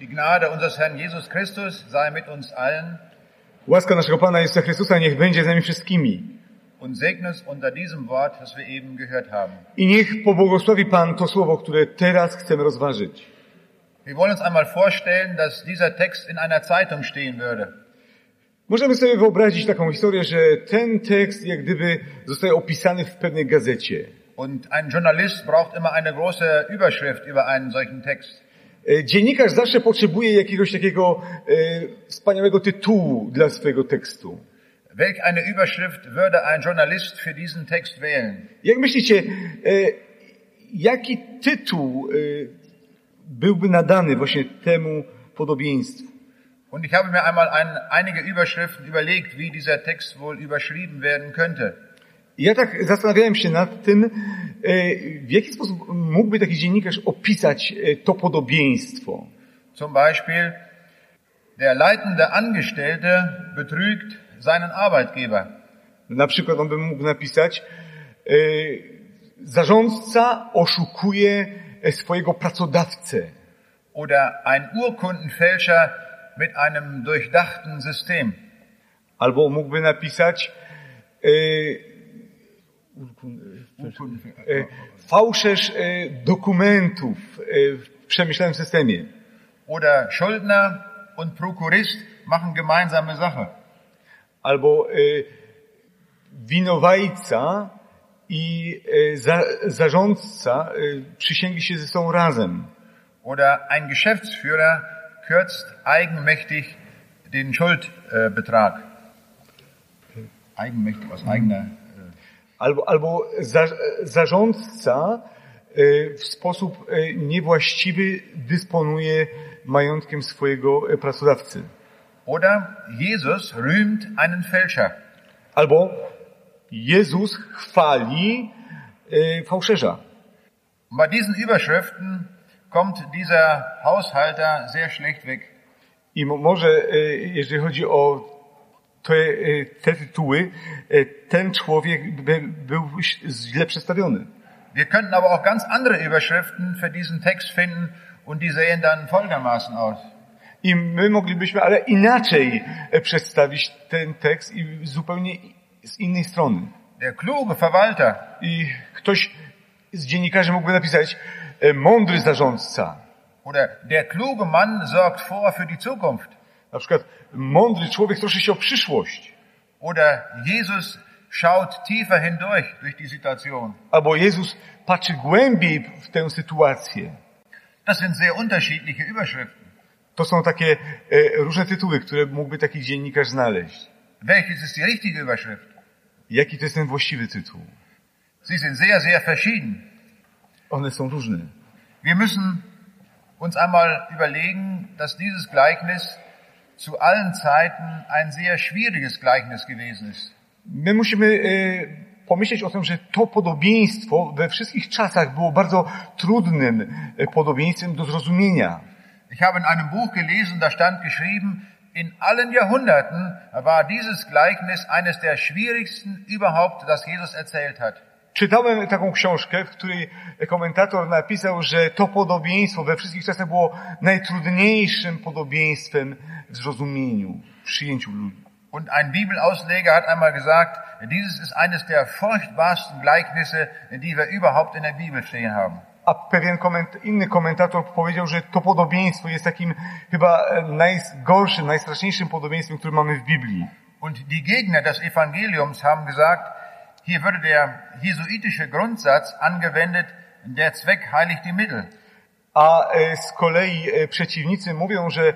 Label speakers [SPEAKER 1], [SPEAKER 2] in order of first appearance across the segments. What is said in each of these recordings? [SPEAKER 1] Die Gnade unseres Herrn Jesus Christus sei mit uns allen
[SPEAKER 2] Łaska naszego Pana Jezusa Chrystusa niech będzie z nami wszystkimi.
[SPEAKER 1] und segne uns unter diesem Wort, das wir eben gehört haben.
[SPEAKER 2] I niech pobłogosławi Pan to słowo, które teraz chcemy rozważyć.
[SPEAKER 1] Wir wollen uns einmal vorstellen, dass dieser Text in einer Zeitung stehen würde.
[SPEAKER 2] Możemy sobie wyobrazić taką historię, że ten tekst jak gdyby zostaje opisany w pewnej gazecie.
[SPEAKER 1] Und ein Journalist braucht immer eine große Überschrift über einen solchen Text.
[SPEAKER 2] E, Dziennikarz zawsze potrzebuje jakiegoś takiego e, wspaniałego tytułu dla swojego tekstu.
[SPEAKER 1] Welch eine Überschrift würde ein Journalist für diesen Text wählen?
[SPEAKER 2] Jak myślicie, e, jaki tytuł e, byłby nadany właśnie temu podobieństwu?
[SPEAKER 1] Und ich habe mir einmal ein, einige Überschriften überlegt, wie dieser Text wohl überschrieben werden könnte.
[SPEAKER 2] Ja tak zastanawiałem się nad tym, e, w jaki sposób mógłby taki dziennikarz opisać e, to podobieństwo.
[SPEAKER 1] Zum Beispiel, der leitende Angestellte betrügt seinen Arbeitgeber.
[SPEAKER 2] Na przykład on by mógł napisać, e, zarządca oszukuje e, swojego pracodawcę.
[SPEAKER 1] Oder ein Urkundenfälscher mit einem durchdachten System.
[SPEAKER 2] Albo mógłby napisać, e, e, fałszerz e, dokumentów e, w przemyślanym systemie.
[SPEAKER 1] Oder Schuldner und Prokurist machen gemeinsame Sache.
[SPEAKER 2] albo e, winowajca i e, za, zarządca e, przysięgli się ze sobą razem.
[SPEAKER 1] Oder ein Geschäftsführer kürzt eigenmächtig den Schuldbetrag. Äh, Betrag. eigenmächtig aus eigener.
[SPEAKER 2] Albo, albo za, zarządca e, w sposób e, niewłaściwy dysponuje majątkiem swojego e, pracodawcy.
[SPEAKER 1] Oder Jesus rühmt einen Fälscher.
[SPEAKER 2] Albo Jezus chwali e, fałszerza.
[SPEAKER 1] Und bei diesen Überschriften kommt dieser Haushalter sehr schlecht weg.
[SPEAKER 2] I mo- może, e, jeżeli chodzi o te, e, te tytuły, e, ten człowiek by, był źle przedstawiony.
[SPEAKER 1] Wir könnten aber auch ganz andere Überschriften für diesen Text finden und die sehen dann folgendermaßen aus.
[SPEAKER 2] I my moglibyśmy, ale inaczej e, przedstawić ten tekst i zupełnie i- z innej strony.
[SPEAKER 1] Der kluge Verwalter
[SPEAKER 2] I ktoś z dziennikarzy mógłby napisać e, mądry zarządca.
[SPEAKER 1] oder der kluge Mann sorgt vor für die Zukunft
[SPEAKER 2] Na przykład mądry człowiek troszczy się o przyszłość.
[SPEAKER 1] oder Jesus schaut tiefer hindurch durch die Situation.
[SPEAKER 2] Albo Jezus patrzy głębiej w tę sytuację.
[SPEAKER 1] Das sind sehr unterschiedliche Überschriften.
[SPEAKER 2] To są takie e, różne tytuły, które mógłby taki dziennikarz znaleźć.
[SPEAKER 1] Welches ist die richtige Überschrift?
[SPEAKER 2] Jaki to jest ten właściwy tytuł?
[SPEAKER 1] Sie sind sehr, sehr verschieden.
[SPEAKER 2] One są różne.
[SPEAKER 1] Wir müssen uns einmal überlegen, dass dieses Gleichnis zu allen Zeiten ein sehr schwieriges Gleichnis gewesen ist.
[SPEAKER 2] My musimy e, pomyśleć o tym, że to podobieństwo we wszystkich czasach było bardzo trudnym e, podobieństwem do zrozumienia.
[SPEAKER 1] Ich habe in einem Buch gelesen, da stand geschrieben, in allen Jahrhunderten war dieses Gleichnis eines der schwierigsten überhaupt, das Jesus erzählt hat.
[SPEAKER 2] Czytałem taką książkę, w której komentator napisał, że to podobieństwo we wszystkich czasach było najtrudniejszym podobieństwem w zrozumieniu, w przyjęciu ludzi.
[SPEAKER 1] Und ein Bibelausleger hat einmal gesagt, dieses ist eines der furchtbarsten Gleichnisse, die wir überhaupt in der Bibel stehen haben.
[SPEAKER 2] A pewien koment, inny komentator powiedział, że to podobieństwo jest takim chyba e, najgorszym, najstraszniejszym podobieństwem, które mamy w Biblii.
[SPEAKER 1] Und die Gegner des Evangeliums haben gesagt, hier würde der jesuitische Grundsatz angewendet, der Zweck heiligt die Mittel.
[SPEAKER 2] A e, z kolei e, przeciwnicy mówią, że e,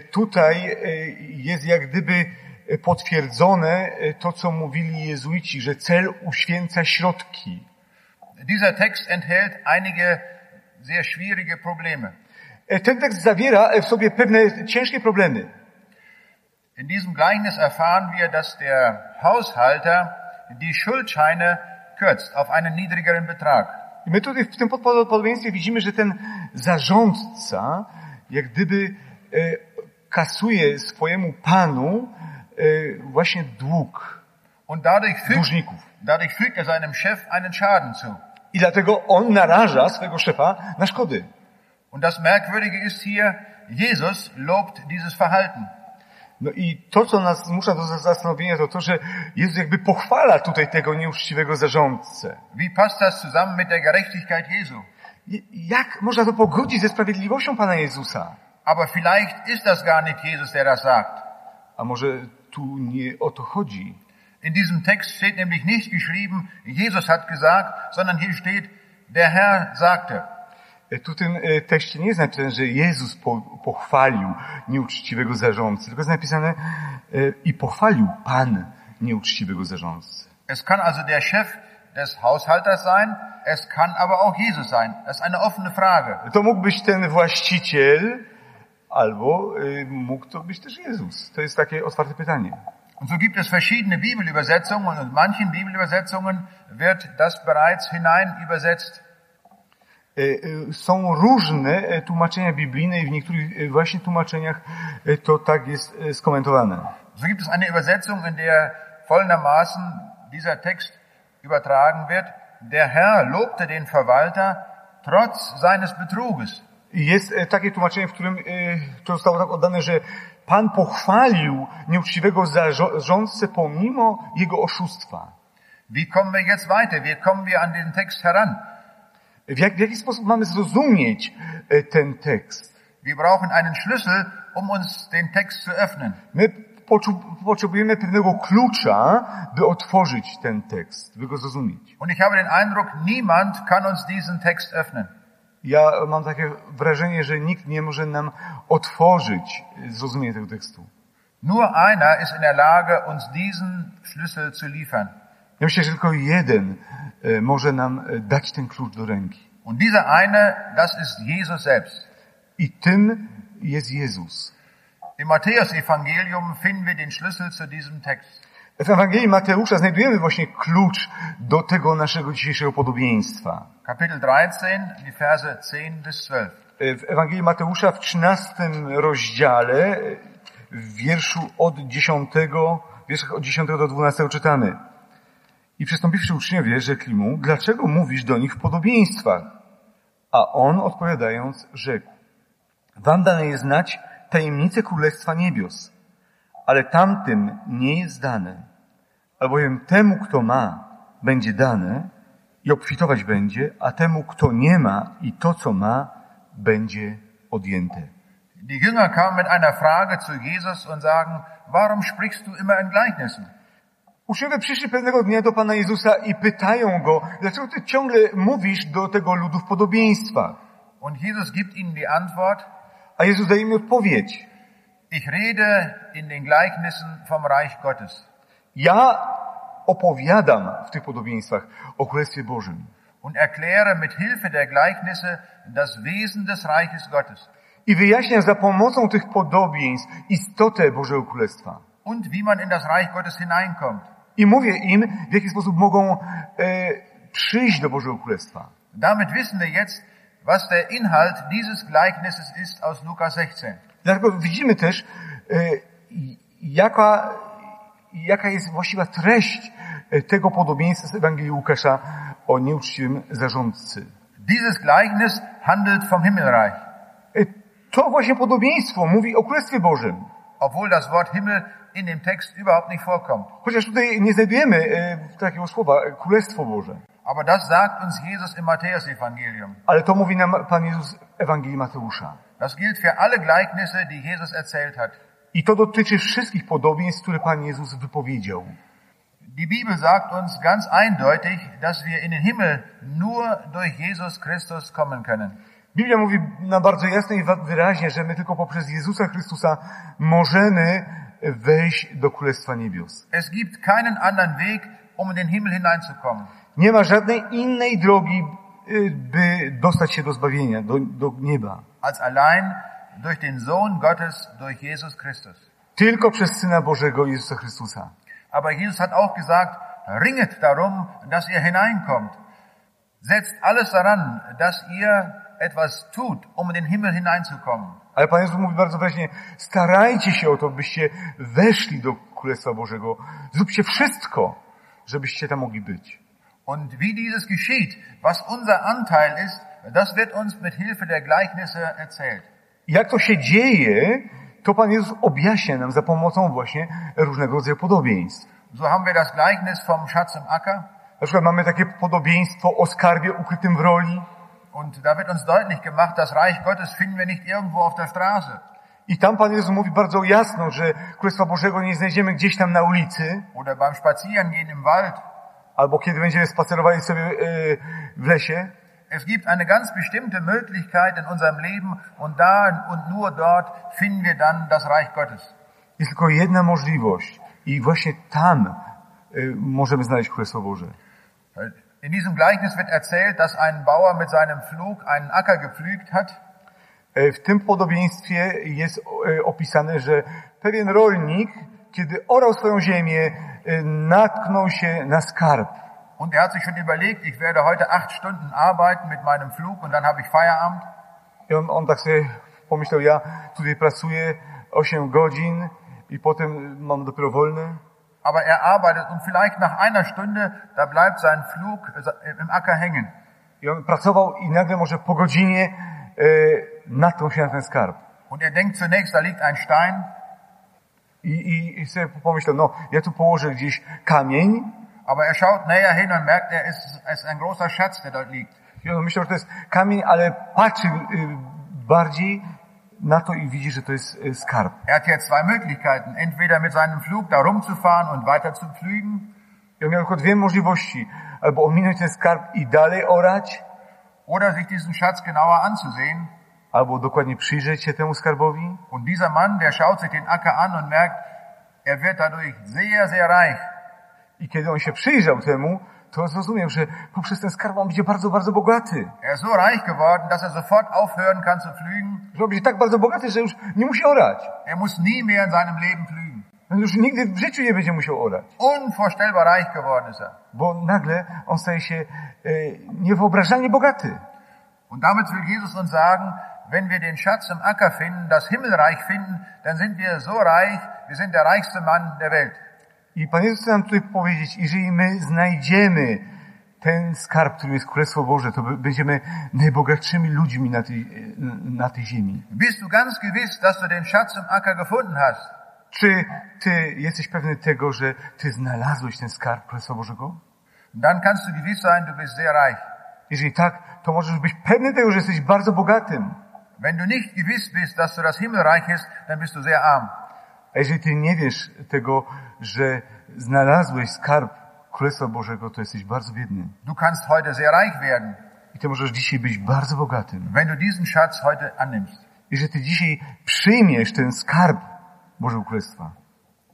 [SPEAKER 2] tutaj e, jest jak gdyby e, potwierdzone e, to, co mówili jezuici, że cel uświęca środki.
[SPEAKER 1] Dieser Text enthält einige sehr schwierige Probleme.
[SPEAKER 2] E, Ten tekst zawiera e, w sobie pewne ciężkie problemy.
[SPEAKER 1] In diesem Gleichnis erfahren wir, dass der Haushalter die Schuldscheine kürzt auf einen niedrigeren Betrag.
[SPEAKER 2] I my tutaj w tym podobieństwie widzimy, że ten zarządca jak gdyby e, kasuje swojemu panu e, właśnie dług
[SPEAKER 1] Und dadurch fügt,
[SPEAKER 2] dłużników.
[SPEAKER 1] dadurch fügt er seinem Chef einen Schaden zu.
[SPEAKER 2] I dlatego on naraża swego szefa na szkody.
[SPEAKER 1] Und das Merkwürdige ist hier, Jesus lobt dieses Verhalten.
[SPEAKER 2] No i to, co nas zmusza do zastanowienia, to to, że Jezus jakby pochwala tutaj tego nieuczciwego zarządcę.
[SPEAKER 1] Wie passt das zusammen mit der Gerechtigkeit Jesu?
[SPEAKER 2] Je- Jak można to pogodzić ze sprawiedliwością Pana Jezusa?
[SPEAKER 1] Aber vielleicht ist das gar nicht Jesus, der das sagt.
[SPEAKER 2] A może tu nie o to chodzi?
[SPEAKER 1] In diesem Text steht nämlich nicht geschrieben, Jesus hat gesagt, sondern hier steht, der Herr sagte.
[SPEAKER 2] E, Tu w tym e, tekście nie jest napisane, że Jezus po, pochwalił nieuczciwego zarządcę, tylko jest napisane e, i pochwalił Pan nieuczciwego zarządcę.
[SPEAKER 1] Es kann also der Chef des Haushalters sein, es kann aber auch Jesus sein. Das ist eine offene Frage.
[SPEAKER 2] To mógł być ten właściciel, albo e, mógł to być też Jezus. To jest takie otwarte pytanie.
[SPEAKER 1] Und so gibt es verschiedene Bibelübersetzungen und in manchen Bibelübersetzungen wird das bereits hinein übersetzt.
[SPEAKER 2] E, e, Są różne e, tłumaczenia biblijne i w niektórych e, właśnie tłumaczeniach e, to tak jest e, skomentowane.
[SPEAKER 1] So gibt es eine Übersetzung, in der folgendermaßen dieser Text übertragen wird. Der Herr lobte den Verwalter trotz seines Betruges.
[SPEAKER 2] Jest e, takie tłumaczenie, w którym e, to zostało tak oddane, że Pan pochwalił nieuczciwego zarzo- zarządcę pomimo jego oszustwa.
[SPEAKER 1] Wie kommen wir jetzt weiter? Wie kommen wir an den Text heran?
[SPEAKER 2] W, jak, w jaki sposób mamy zrozumieć e, ten tekst?
[SPEAKER 1] Wir brauchen einen Schlüssel, um uns den Text zu öffnen.
[SPEAKER 2] My poczu, potrzebujemy pewnego klucza, by otworzyć ten tekst, by go zrozumieć.
[SPEAKER 1] Und ich habe den Eindruck, niemand kann uns diesen Text öffnen.
[SPEAKER 2] Ja mam takie wrażenie, że nikt nie może nam otworzyć e, zrozumienie tego tekstu.
[SPEAKER 1] Nur einer ist in der Lage, uns diesen Schlüssel zu liefern.
[SPEAKER 2] Ja myślę, że tylko jeden e, może nam e, dać ten klucz do ręki.
[SPEAKER 1] Und dieser eine, das ist Jesus selbst.
[SPEAKER 2] I tym jest Jezus.
[SPEAKER 1] Im Matthäusevangelium finden wir den Schlüssel zu diesem Text.
[SPEAKER 2] W Ewangelii Mateusza znajdujemy właśnie klucz do tego naszego dzisiejszego podobieństwa.
[SPEAKER 1] Kapitel 13, die Verse 10 bis 12.
[SPEAKER 2] E, W Ewangelii Mateusza w 13 rozdziale, e, w wierszu od 10, w wierszach od 10 do 12 czytamy. I przystąpiwszy uczniowie, rzekli mu, dlaczego mówisz do nich w podobieństwach? A on odpowiadając, rzekł, wam dane jest znać tajemnice Królestwa Niebios, ale tamtym nie jest dane. Albowiem temu, kto ma, będzie dane i obfitować będzie, a temu, kto nie ma i to, co ma, będzie odjęte.
[SPEAKER 1] Die Jünger kamen mit einer Frage zu Jesus und sagen, warum sprichst du immer in Gleichnissen?
[SPEAKER 2] Uczniowie przyszli pewnego dnia do Pana Jezusa i pytają Go, dlaczego Ty ciągle mówisz do tego ludu w podobieństwach?
[SPEAKER 1] Und Jesus gibt ihnen die Antwort,
[SPEAKER 2] A Jezus daje im odpowiedź.
[SPEAKER 1] ich rede in den Gleichnissen vom Reich Gottes.
[SPEAKER 2] Ja opowiadam w tych podobieństwach o Królestwie Bożym
[SPEAKER 1] und erkläre mit Hilfe der Gleichnisse das Wesen des Reiches Gottes
[SPEAKER 2] i wyjaśniam za pomocą tych podobieństw istotę Bożego Królestwa.
[SPEAKER 1] und wie man in das Reich Gottes hineinkommt.
[SPEAKER 2] I mówię im, w jaki sposób mogą e, przyjść do Bożego Królestwa.
[SPEAKER 1] Damit wissen wir jetzt, was der Inhalt dieses Gleichnisses ist aus Lukas 16.
[SPEAKER 2] Dlatego widzimy też, e, jaka, jaka jest właściwa treść e, tego podobieństwa z Ewangelii Łukasza o nieuczciwym zarządcy.
[SPEAKER 1] Dieses Gleichnis handelt vom Himmelreich,
[SPEAKER 2] E, To właśnie podobieństwo mówi o Królestwie Bożym.
[SPEAKER 1] obwohl das Wort Himmel in dem Text überhaupt nicht vorkommt.
[SPEAKER 2] Chociaż tutaj nie znajdujemy e, takiego słowa e, Królestwo Boże.
[SPEAKER 1] Aber das sagt uns Jesus im Matthäusevangelium.
[SPEAKER 2] Ale to mówi nam Pan Jezus w Ewangelii Mateusza.
[SPEAKER 1] Das gilt für alle Gleichnisse, die Jesus erzählt hat.
[SPEAKER 2] I to dotyczy wszystkich podobieństw, które Pan Jezus wypowiedział.
[SPEAKER 1] Die Bibel sagt uns ganz eindeutig, dass wir in den Himmel nur durch Jesus Christus kommen können.
[SPEAKER 2] Biblia mówi nam bardzo jasno i wa- wyraźnie, że my tylko poprzez Jezusa Chrystusa możemy wejść do Królestwa Niebios.
[SPEAKER 1] Es gibt keinen anderen Weg, um in den Himmel hineinzukommen.
[SPEAKER 2] Nie ma żadnej innej drogi, y, by dostać się do zbawienia, do, do nieba.
[SPEAKER 1] als allein durch den Sohn Gottes, durch Jesus Christus.
[SPEAKER 2] Tylko przez Syna Bożego Jezusa Chrystusa.
[SPEAKER 1] Aber Jesus hat auch gesagt, ringet darum, dass ihr hineinkommt. Setzt alles daran, dass ihr etwas tut, um in den Himmel hineinzukommen.
[SPEAKER 2] Ale Pan Jezus mówi bardzo wyraźnie, starajcie się o to, byście weszli do Królestwa Bożego. Zróbcie wszystko, żebyście tam mogli być.
[SPEAKER 1] Und wie dieses geschieht, was unser Anteil ist, das wird uns mit Hilfe der Gleichnisse erzählt.
[SPEAKER 2] Jak to się dzieje, to Pan Jezus objaśnia nam za pomocą właśnie różnego rodzaju podobieństw.
[SPEAKER 1] So haben wir das Gleichnis vom Schatz im Acker.
[SPEAKER 2] Na przykład mamy takie podobieństwo o skarbie ukrytym w roli
[SPEAKER 1] Und da wird uns deutlich gemacht, das Reich Gottes finden wir nicht irgendwo auf der Straße
[SPEAKER 2] i tam Pan Jezus mówi bardzo jasno, że Królestwa Bożego nie znajdziemy gdzieś tam na ulicy,
[SPEAKER 1] oder beim Spazierengehen im Wald.
[SPEAKER 2] albo kiedy będziemy spacerowali sobie e, w lesie,
[SPEAKER 1] Es gibt eine ganz bestimmte Möglichkeit in unserem Leben und da und nur dort finden wir dann das Reich Gottes.
[SPEAKER 2] jest tylko jedna możliwość i właśnie tam e, możemy znaleźć Królestwo Boże.
[SPEAKER 1] In diesem Gleichnis wird erzählt, dass ein Bauer mit seinem Flug einen Acker gepflügt hat
[SPEAKER 2] E, W tym podobieństwie jest e, opisane, że pewien rolnik, kiedy orał swoją ziemię, e, natknął się na skarb.
[SPEAKER 1] und er hat sich schon überlegt, ich werde heute acht Stunden arbeiten mit meinem Flug und dann habe ich Feierabend.
[SPEAKER 2] I on, on tak sobie pomyślał, ja tutaj pracuję 8 godzin i potem mam dopiero wolny.
[SPEAKER 1] Aber er arbeitet und vielleicht nach einer Stunde, da bleibt sein Flug äh, im Acker hängen.
[SPEAKER 2] I on pracował i nagle może po godzinie e, natknął się na ten skarb.
[SPEAKER 1] Und er denkt zunächst, da liegt ein Stein,
[SPEAKER 2] I, i, I sobie pomyślał, no ja tu położę gdzieś kamień.
[SPEAKER 1] aber er schaut näher hin und merkt, er ist, es ist ein großer Schatz, der dort liegt.
[SPEAKER 2] I on myślał, że to jest kamień, ale patrzy y, bardziej na to i widzi, że to jest y, skarb.
[SPEAKER 1] Er hat jetzt zwei Möglichkeiten. Entweder mit seinem Flug da rumzufahren und weiter zu pflügen
[SPEAKER 2] I on miał tylko dwie możliwości. Albo ominąć ten skarb i dalej orać,
[SPEAKER 1] oder sich diesen Schatz genauer anzusehen.
[SPEAKER 2] albo dokładnie przyjrzeć się temu skarbowi.
[SPEAKER 1] Und dieser Mann, der schaut sich den Acker an und merkt, er wird dadurch sehr, sehr reich.
[SPEAKER 2] I kiedy on się przyjrzał temu, to zrozumiał, że poprzez ten skarb on będzie bardzo, bardzo bogaty.
[SPEAKER 1] Er ist so reich geworden, dass er sofort aufhören kann zu pflügen.
[SPEAKER 2] Że on będzie tak bardzo bogaty, że już nie musi orać.
[SPEAKER 1] Er muss nie mehr in seinem Leben pflügen.
[SPEAKER 2] On już nigdy w życiu nie będzie musiał orać.
[SPEAKER 1] Unvorstellbar reich geworden ist er.
[SPEAKER 2] bo nagle on staje się e, niewyobrażalnie bogaty.
[SPEAKER 1] Und damit will Jesus uns sagen, wenn wir den Schatz im Acker finden, das Himmelreich finden, dann sind wir so reich, wir sind der reichste Mann der Welt.
[SPEAKER 2] I Pan Jezus chce nam tutaj powiedzieć, jeżeli my znajdziemy ten skarb, którym jest Królestwo Boże, to b- będziemy najbogatszymi ludźmi na tej, e, na tej ziemi.
[SPEAKER 1] Bist du ganz gewiss, dass du den Schatz im Acker gefunden hast?
[SPEAKER 2] Czy ty jesteś pewny tego, że ty znalazłeś ten skarb Królestwa Bożego?
[SPEAKER 1] Dann kannst du gewiss sein, du bist sehr reich.
[SPEAKER 2] Jeżeli tak, to możesz być pewny tego, że jesteś bardzo bogatym.
[SPEAKER 1] Wenn du nicht gewiss bist, dass du das Himmelreich ist, dann bist du sehr arm.
[SPEAKER 2] A jeżeli ty nie wiesz tego, że znalazłeś skarb Królestwa Bożego, to jesteś bardzo biedny.
[SPEAKER 1] Du kannst heute sehr reich werden,
[SPEAKER 2] I ty możesz dzisiaj być bardzo bogatym.
[SPEAKER 1] wenn du diesen Schatz heute annimmst.
[SPEAKER 2] i że Ty dzisiaj przyjmiesz ten skarb Bożego Królestwa.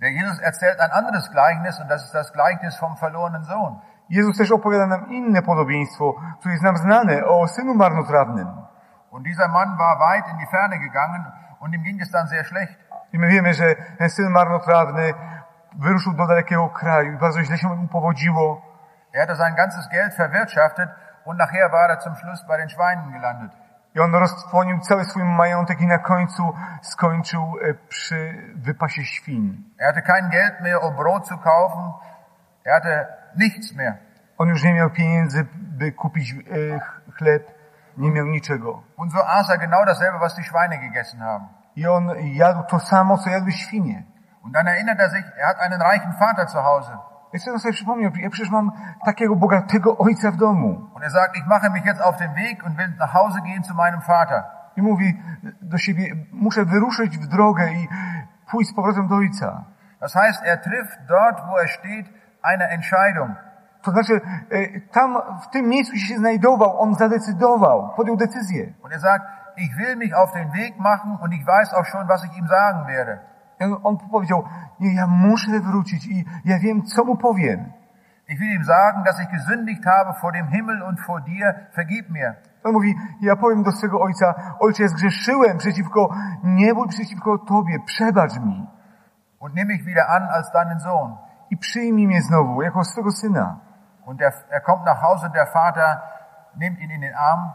[SPEAKER 1] Der Jesus erzählt ein anderes Gleichnis und das ist das Gleichnis vom verlorenen Sohn.
[SPEAKER 2] Jezus też opowiada nam inne podobieństwo, które jest nam znane, o synu marnotrawnym.
[SPEAKER 1] Und dieser Mann war weit in die Ferne gegangen und ihm ging es dann sehr schlecht.
[SPEAKER 2] I my wiemy, że ten syn marnotrawny wyruszył do dalekiego kraju i bardzo źle się mu powodziło.
[SPEAKER 1] Er hatte sein ganzes Geld verwirtschaftet und nachher war er zum Schluss bei den Schweinen gelandet.
[SPEAKER 2] I on roztwonił cały swój majątek i na końcu skończył e, przy wypasie świn.
[SPEAKER 1] Er hatte kein Geld mehr, um Brot zu kaufen. Er hatte nichts mehr.
[SPEAKER 2] On już nie miał pieniędzy, by kupić e, ch- chleb, nie miał niczego.
[SPEAKER 1] Und so aß er genau dasselbe, was die Schweine gegessen haben.
[SPEAKER 2] I on jadł to samo, co jadły świnie.
[SPEAKER 1] Und dann erinnert er sich, er hat einen reichen Vater zu Hause.
[SPEAKER 2] Ja sobie, sobie przypomniał, ja przecież mam takiego bogatego ojca w domu.
[SPEAKER 1] Und er sagt, ich mache mich jetzt auf den Weg und will nach Hause gehen zu meinem Vater.
[SPEAKER 2] I mówi do siebie, muszę wyruszyć w drogę i pójść z powrotem do ojca.
[SPEAKER 1] Das heißt, er trifft dort, wo er steht, eine Entscheidung.
[SPEAKER 2] To znaczy, e, tam, w tym miejscu, gdzie się znajdował, on zadecydował, podjął decyzję.
[SPEAKER 1] Und er sagt, ich will mich auf den Weg machen und ich weiß auch schon, was ich ihm sagen werde.
[SPEAKER 2] I On, on powiedział, nie, ja muszę wrócić i ja wiem, co mu powiem.
[SPEAKER 1] Ich will ihm sagen, dass ich gesündigt habe vor dem Himmel und vor dir, vergib mir.
[SPEAKER 2] On mówi, ja powiem do swego ojca, ojcze, ja zgrzeszyłem przeciwko niebu i przeciwko tobie, przebacz mi.
[SPEAKER 1] Und nimm mich wieder an als deinen Sohn.
[SPEAKER 2] I przyjmij mnie znowu, jako swego syna.
[SPEAKER 1] Und er, er kommt nach Hause und der Vater nimmt ihn in den Arm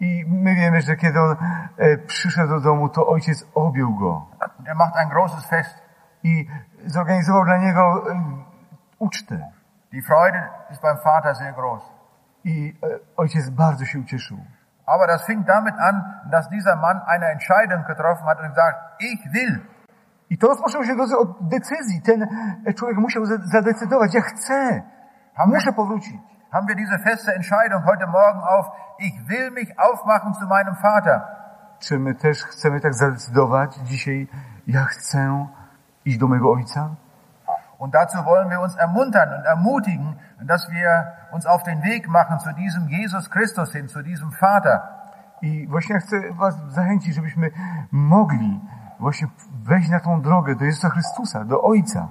[SPEAKER 2] I my wiemy, że kiedy on e, przyszedł do domu, to ojciec objął go
[SPEAKER 1] und er macht ein großes Fest.
[SPEAKER 2] i zorganizował dla niego e, ucztę.
[SPEAKER 1] Die Freude ist beim Vater sehr groß.
[SPEAKER 2] I e, ojciec bardzo się ucieszył.
[SPEAKER 1] Aber das fing damit an, dass dieser Mann eine Entscheidung getroffen hat und gesagt, ich will.
[SPEAKER 2] I to rozpoczęło się, drodzy, od decyzji. Ten e, człowiek musiał za- zadecydować, ja chcę, muszę powrócić.
[SPEAKER 1] Haben wir diese feste Entscheidung heute Morgen auf, ich will mich aufmachen zu meinem Vater.
[SPEAKER 2] Czy my też chcemy tak zadecydować dzisiaj, ja chcę iść do mojego ojca?
[SPEAKER 1] Und dazu wollen wir uns ermuntern und ermutigen, dass wir uns auf den Weg machen zu diesem Jesus Christus hin, zu diesem Vater.
[SPEAKER 2] I właśnie ja chcę was zachęcić, żebyśmy mogli właśnie wejść na tą drogę do Jezusa Chrystusa, do Ojca.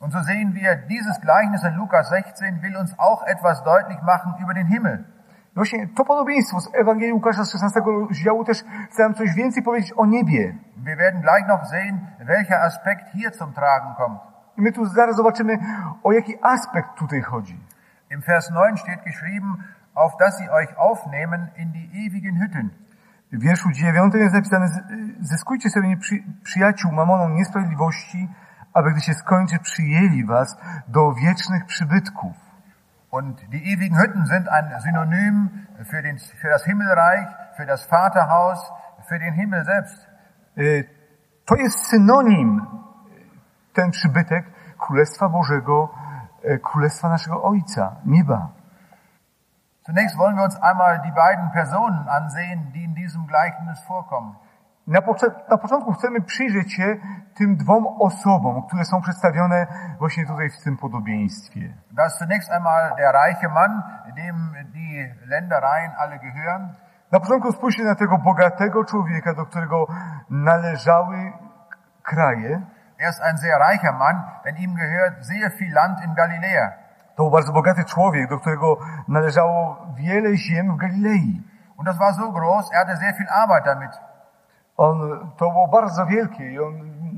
[SPEAKER 1] Und so sehen wir, dieses Gleichnis in Lukas 16 will uns auch etwas deutlich machen über den Himmel.
[SPEAKER 2] Właśnie to podobieństwo z Ewangelii Łukasza z 16 rozdziału też chcę nam coś więcej powiedzieć o niebie.
[SPEAKER 1] Wir werden gleich noch sehen, welcher Aspekt hier zum Tragen kommt.
[SPEAKER 2] I my tu zaraz zobaczymy, o jaki aspekt tutaj chodzi.
[SPEAKER 1] Im Vers 9 steht geschrieben, auf dass sie euch aufnehmen in die ewigen Hütten.
[SPEAKER 2] W wierszu 9 jest napisane, "Z- zyskujcie sobie przy, przyjaciół mamoną niesprawiedliwości, aby gdy się skończy, przyjęli was do wiecznych przybytków.
[SPEAKER 1] Und die ewigen Hütten sind ein Synonym für, den, für das Himmelreich, für das Vaterhaus, für den Himmel selbst.
[SPEAKER 2] Y, To jest synonim, y, ten przybytek Królestwa Bożego, y, Królestwa naszego Ojca, nieba.
[SPEAKER 1] Zunächst wollen wir uns einmal die beiden Personen ansehen, die in diesem Gleichnis vorkommen.
[SPEAKER 2] Na, pocze- na początku chcemy przyjrzeć się tym dwom osobom, które są przedstawione właśnie tutaj w tym podobieństwie.
[SPEAKER 1] Das ist zunächst einmal der reiche Mann, dem die Ländereien alle gehören.
[SPEAKER 2] Na początku spójrzcie na tego bogatego człowieka, do którego należały k- kraje.
[SPEAKER 1] Er ist ein sehr reicher Mann, denn ihm gehört sehr viel Land in Galiläa.
[SPEAKER 2] To był bardzo bogaty człowiek, do którego należało wiele ziem w Galilei.
[SPEAKER 1] Und das war so groß, er hatte sehr viel Arbeit damit.
[SPEAKER 2] On, to było bardzo wielkie i on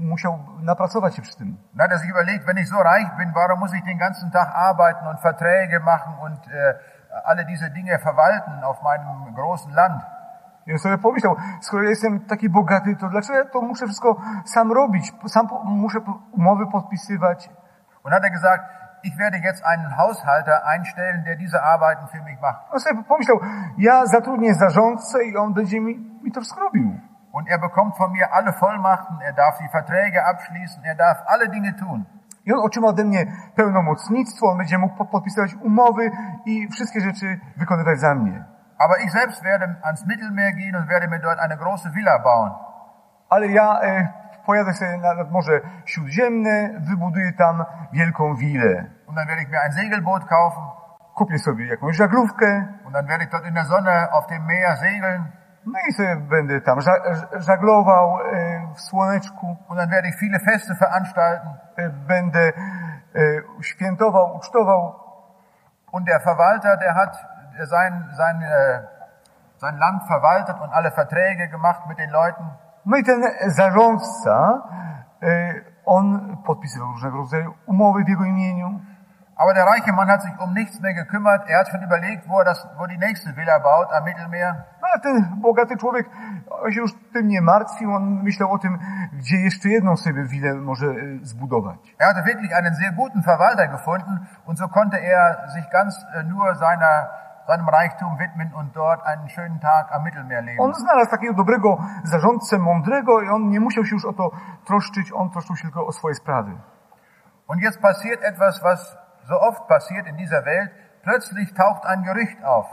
[SPEAKER 2] musiał napracować się przy tym.
[SPEAKER 1] Dann hat er sich überlegt, wenn ich so reich bin, warum muss ich den ganzen Tag arbeiten und Verträge machen und äh, alle diese Dinge verwalten auf meinem großen Land?
[SPEAKER 2] I on sobie pomyślał, skoro ja jestem taki bogaty, to dlaczego ja to muszę wszystko sam robić? Sam po, muszę po- umowy podpisywać.
[SPEAKER 1] Und hat er gesagt, ich werde jetzt einen Haushalter einstellen, der diese Arbeiten für mich macht.
[SPEAKER 2] On sobie pomyślał, ja zatrudnię zarządcę i on będzie mi, mi to wszystko robił.
[SPEAKER 1] Und er bekommt von mir alle Vollmachten, er darf die Verträge abschließen, er darf alle Dinge tun.
[SPEAKER 2] I on otrzyma ode mnie pełnomocnictwo, on będzie mógł po- podpisywać umowy i wszystkie rzeczy wykonywać za mnie.
[SPEAKER 1] Aber ich selbst werde ans Mittelmeer gehen und werde mir dort eine große Villa bauen.
[SPEAKER 2] Ale ja e, pojadę sobie na nad Morze Śródziemne, wybuduję tam wielką willę.
[SPEAKER 1] Und dann werde ich mir ein Segelboot kaufen
[SPEAKER 2] Kupię sobie jakąś żaglówkę,
[SPEAKER 1] und dann werde ich dort in der Sonne auf dem Meer segeln
[SPEAKER 2] no i sobie będę tam ża- ż- żaglował e, w słoneczku,
[SPEAKER 1] und dann werde ich viele Feste veranstalten.
[SPEAKER 2] e, będę e, świętował, ucztował.
[SPEAKER 1] Und der Verwalter, der hat sein, sein, äh, sein Land verwaltet und alle Verträge gemacht mit den Leuten.
[SPEAKER 2] No i ten zarządca, e, on podpisywał różnego rodzaju umowy w jego imieniu.
[SPEAKER 1] Aber der reiche Mann hat sich um nichts mehr gekümmert. Er hat schon überlegt, wo er das, wo die nächste Villa baut am Mittelmeer.
[SPEAKER 2] No ale ten bogaty człowiek on się już tym nie martwił, on myślał o tym, gdzie jeszcze jedną sobie willę może e, zbudować.
[SPEAKER 1] Er hatte wirklich einen sehr guten Verwalter gefunden und so konnte er sich ganz äh, nur seiner, seinem Reichtum widmen und dort einen schönen Tag am Mittelmeer
[SPEAKER 2] On
[SPEAKER 1] leben.
[SPEAKER 2] znalazł takiego dobrego zarządcę, mądrego i on nie musiał się już o to troszczyć, on troszczył się tylko o swoje sprawy.
[SPEAKER 1] Und jetzt passiert etwas, was so oft passiert in dieser Welt. Plötzlich taucht ein Gerücht auf.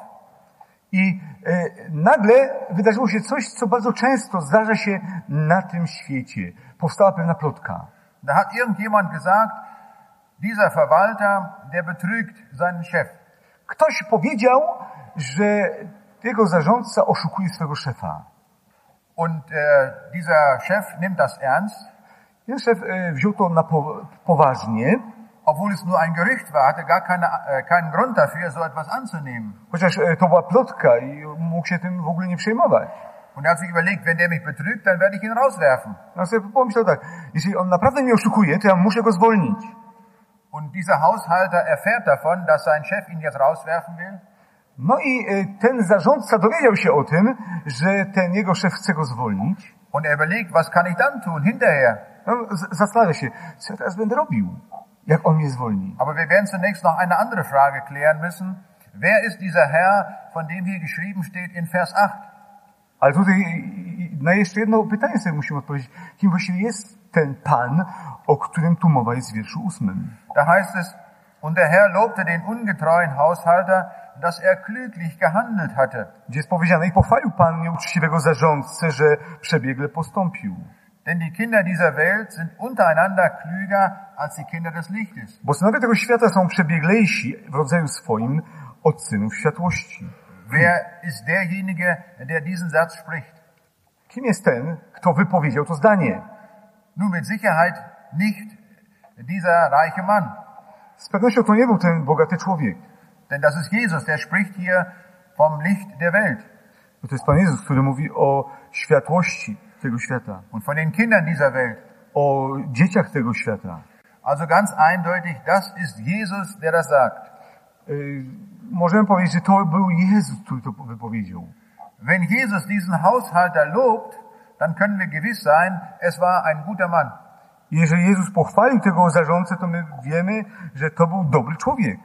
[SPEAKER 2] I e, nagle wydarzyło się coś, co bardzo często zdarza się na tym świecie. Powstała pewna plotka.
[SPEAKER 1] Da hat irgendjemand gesagt, dieser Verwalter, der betrügt seinen Chef.
[SPEAKER 2] Ktoś powiedział, że jego zarządca oszukuje swego szefa.
[SPEAKER 1] Und äh, dieser Chef nimmt das ernst.
[SPEAKER 2] Ten szef e, wziął to na po, poważnie,
[SPEAKER 1] Obwohl es nur ein Gerücht war, hatte gar keine, äh, keinen Grund dafür, so etwas anzunehmen.
[SPEAKER 2] chociaż e, to była plotka i mógł się tym w ogóle nie przejmować.
[SPEAKER 1] Und er hat sich überlegt, wenn der mich betrügt, dann werde ich ihn rauswerfen.
[SPEAKER 2] No sobie pomyślał tak, jeśli on naprawdę mnie oszukuje, to ja muszę go zwolnić.
[SPEAKER 1] Und dieser Haushalter erfährt davon, dass sein Chef ihn jetzt rauswerfen will.
[SPEAKER 2] No i e, ten zarządca dowiedział się o tym, że ten jego szef chce go zwolnić.
[SPEAKER 1] Und er überlegt, was kann ich dann tun hinterher?
[SPEAKER 2] No, z- zastanawia się, co ja teraz będę robił, jak on mnie zwolni.
[SPEAKER 1] Aber wir werden zunächst noch eine andere Frage klären müssen. Wer ist dieser Herr, von dem hier geschrieben steht in Vers 8?
[SPEAKER 2] Ale tutaj na jeszcze jedno pytanie sobie musimy odpowiedzieć. Kim właściwie jest ten Pan, o którym tu mowa jest w wierszu ósmym?
[SPEAKER 1] Da heißt es, und der Herr lobte den ungetreuen Haushalter, dass er klüglich gehandelt hatte.
[SPEAKER 2] Gdzie jest powiedziane, i pochwalił Pan nieuczciwego zarządcę, że przebiegle postąpił.
[SPEAKER 1] Denn die Kinder dieser Welt sind untereinander klüger als die Kinder des Lichtes.
[SPEAKER 2] Bo synowie tego świata są przebieglejsi w rodzaju swoim od synów światłości.
[SPEAKER 1] Wer ist derjenige, der diesen Satz spricht?
[SPEAKER 2] Kim jest ten, kto wypowiedział to zdanie?
[SPEAKER 1] Nun mit Sicherheit nicht dieser reiche Mann.
[SPEAKER 2] Z pewnością to nie był ten bogaty człowiek.
[SPEAKER 1] Denn das ist Jesus, der spricht hier vom Licht der Welt
[SPEAKER 2] Bo to jest Pan Jezus, który mówi o światłości tego świata,
[SPEAKER 1] und von den Kindern dieser Welt.
[SPEAKER 2] o dzieciach tego świata.
[SPEAKER 1] Also ganz eindeutig, das ist Jesus, der das sagt.
[SPEAKER 2] Yy, Możemy powiedzieć, że to był Jezus, który to wypowiedział.
[SPEAKER 1] Wenn Jesus diesen Haushalter lobt, dann können wir gewiss sein, es war ein guter Mann.
[SPEAKER 2] Jeżeli Jezus pochwalił tego zarządcę, to my wiemy, że to był dobry człowiek.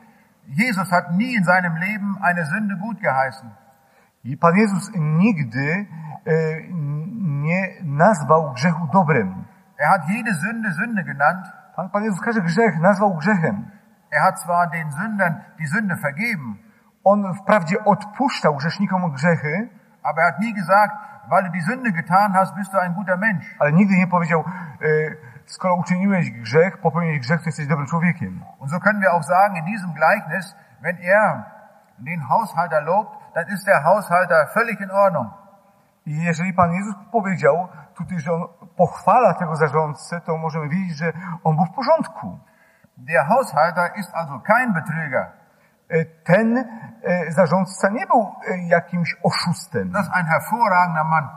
[SPEAKER 1] Jesus hat nie in seinem Leben eine Sünde gut geheißen.
[SPEAKER 2] I Pan Jezus nigdy e, nie nazwał grzechu dobrem.
[SPEAKER 1] Er hat jede Sünde Sünde genannt.
[SPEAKER 2] Pan, Pan Jezus każdy grzech nazwał grzechem.
[SPEAKER 1] Er hat zwar den Sündern die Sünde vergeben,
[SPEAKER 2] On wprawdzie odpuszczał grzesznikom grzechy,
[SPEAKER 1] aber er hat nie gesagt, weil du die Sünde getan hast, bist du ein guter Mensch.
[SPEAKER 2] ale nigdy nie powiedział, e, skoro uczyniłeś grzech, popełniłeś grzech, to jesteś dobrym człowiekiem.
[SPEAKER 1] Und so können wir auch sagen, in diesem Gleichnis, wenn er den Haushalter lobt, dann ist der Haushalter völlig in Ordnung.
[SPEAKER 2] I jeżeli Pan Jezus powiedział tutaj, że On pochwala tego zarządcę, to możemy wiedzieć, że On był w porządku.
[SPEAKER 1] Der Haushalter ist also kein Betrüger.
[SPEAKER 2] E, Ten e, zarządca nie był e, jakimś oszustem.
[SPEAKER 1] Das ist ein hervorragender Mann.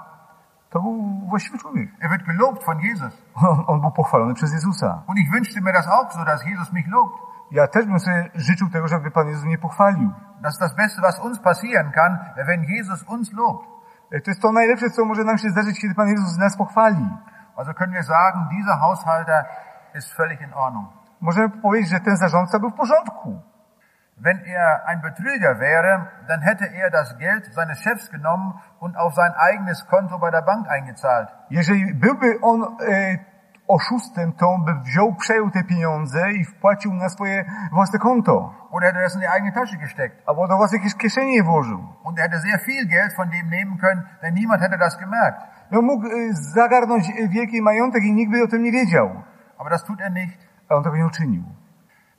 [SPEAKER 2] To był właściwy człowiek.
[SPEAKER 1] Er wird gelobt von Jesus.
[SPEAKER 2] On, on był pochwalony przez Jezusa.
[SPEAKER 1] Und ich wünschte mir das auch so, dass Jesus mich lobt.
[SPEAKER 2] Ja też bym sobie życzył tego, żeby Pan Jezus mnie pochwalił.
[SPEAKER 1] Das ist das Beste, was uns passieren kann, wenn Jesus uns lobt.
[SPEAKER 2] E, To jest to najlepsze, co może nam się zdarzyć, kiedy Pan Jezus nas pochwali.
[SPEAKER 1] Also können wir sagen, dieser Haushalter ist völlig in Ordnung.
[SPEAKER 2] Możemy powiedzieć, że ten zarządca był w porządku.
[SPEAKER 1] Wenn er ein Betrüger wäre, dann hätte er das Geld seines Chefs genommen und auf sein eigenes Konto bei der Bank eingezahlt.
[SPEAKER 2] Jeżeli byłby on e, oszustem, to on by wziął, przejął te pieniądze i wpłacił na swoje własne konto.
[SPEAKER 1] Oder hätte das in die eigene Tasche gesteckt.
[SPEAKER 2] Albo do własnej kies- kieszeni je włożył.
[SPEAKER 1] Und er hätte sehr viel Geld von dem nehmen können, denn niemand hätte das gemerkt.
[SPEAKER 2] No mógł e, zagarnąć e, wielki majątek i nikt by o tym nie wiedział.
[SPEAKER 1] Aber das tut er nicht.
[SPEAKER 2] Ale on tego nie uczynił.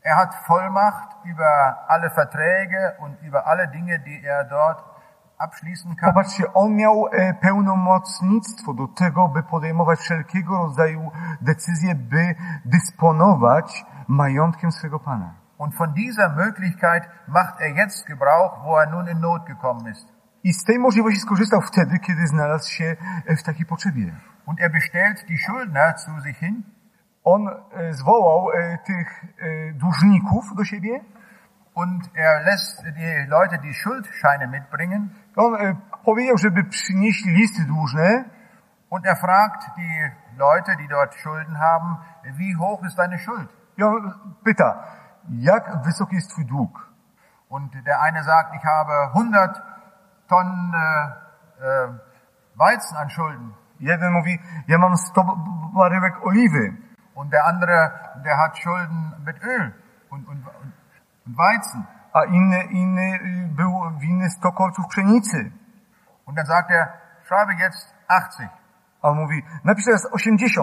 [SPEAKER 1] Er hat Vollmacht über alle Verträge und über alle Dinge, die er dort abschließen kann.
[SPEAKER 2] Popatrzcie, on miał e, pełnomocnictwo do tego, by podejmować wszelkiego rodzaju decyzje, by dysponować majątkiem swego Pana.
[SPEAKER 1] Und von dieser Möglichkeit macht er jetzt Gebrauch, wo er nun in Not gekommen ist.
[SPEAKER 2] I z tej możliwości skorzystał wtedy, kiedy znalazł się e, w takiej potrzebie.
[SPEAKER 1] Und er bestellt die Schuldner zu sich hin
[SPEAKER 2] On e, zwołał e, tych e, dłużników do siebie.
[SPEAKER 1] und er lässt die Leute die Schuldscheine mitbringen
[SPEAKER 2] On e, powiedział, żeby przynieśli listy dłużne
[SPEAKER 1] und er fragt die Leute, die dort Schulden haben, wie hoch ist deine Schuld?
[SPEAKER 2] i on pyta, jak wysoki jest twój dług?
[SPEAKER 1] Und der eine sagt, ich habe 100 Tonnen äh, äh, Weizen an Schulden.
[SPEAKER 2] Jeden mówi, ja mam 100 b- baryłek oliwy.
[SPEAKER 1] Und der andere, der hat Schulden mit Öl und, und, und Weizen.
[SPEAKER 2] a inny, inny y, był winny 100 korców pszenicy.
[SPEAKER 1] Und dann sagt er, schreibe jetzt 80.
[SPEAKER 2] A on mówi, napisz teraz 80.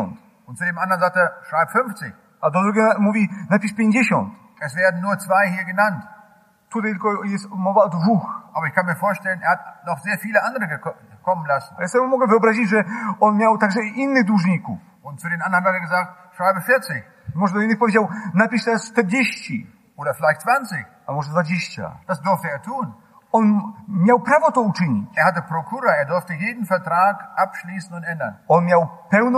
[SPEAKER 1] Und zu dem anderen sagt er, schreib 50.
[SPEAKER 2] A do drugiego mówi, napisz 50.
[SPEAKER 1] Es werden nur zwei hier genannt.
[SPEAKER 2] Tutaj tylko jest mowa o dwóch.
[SPEAKER 1] Aber ich kann mir vorstellen, er hat noch sehr viele andere geko- kommen lassen.
[SPEAKER 2] A ja sobie mogę wyobrazić, że on miał także i innych dłużników.
[SPEAKER 1] Und zu den anderen hat er gesagt, schreibe 40
[SPEAKER 2] Może do innych powiedział, napisz teraz 40,
[SPEAKER 1] oder vielleicht 20.
[SPEAKER 2] a może 20.
[SPEAKER 1] Das durfte er tun.
[SPEAKER 2] On miał prawo to uczynić.
[SPEAKER 1] Er hatte Prokura, er durfte jeden Vertrag abschließen und ändern.
[SPEAKER 2] On miał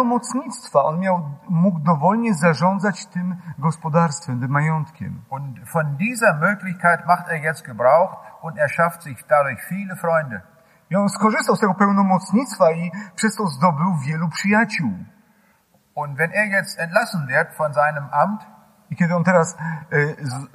[SPEAKER 2] pełnomocnictwa, on miał, mógł dowolnie zarządzać tym gospodarstwem, tym majątkiem.
[SPEAKER 1] Und von dieser Möglichkeit macht er jetzt Gebrauch und er schafft sich dadurch viele Freunde.
[SPEAKER 2] I on skorzystał z tego pełnomocnictwa i przez to zdobył wielu przyjaciół.
[SPEAKER 1] Und wenn er jetzt entlassen wird von seinem Amt,
[SPEAKER 2] I kiedy on teraz e, z,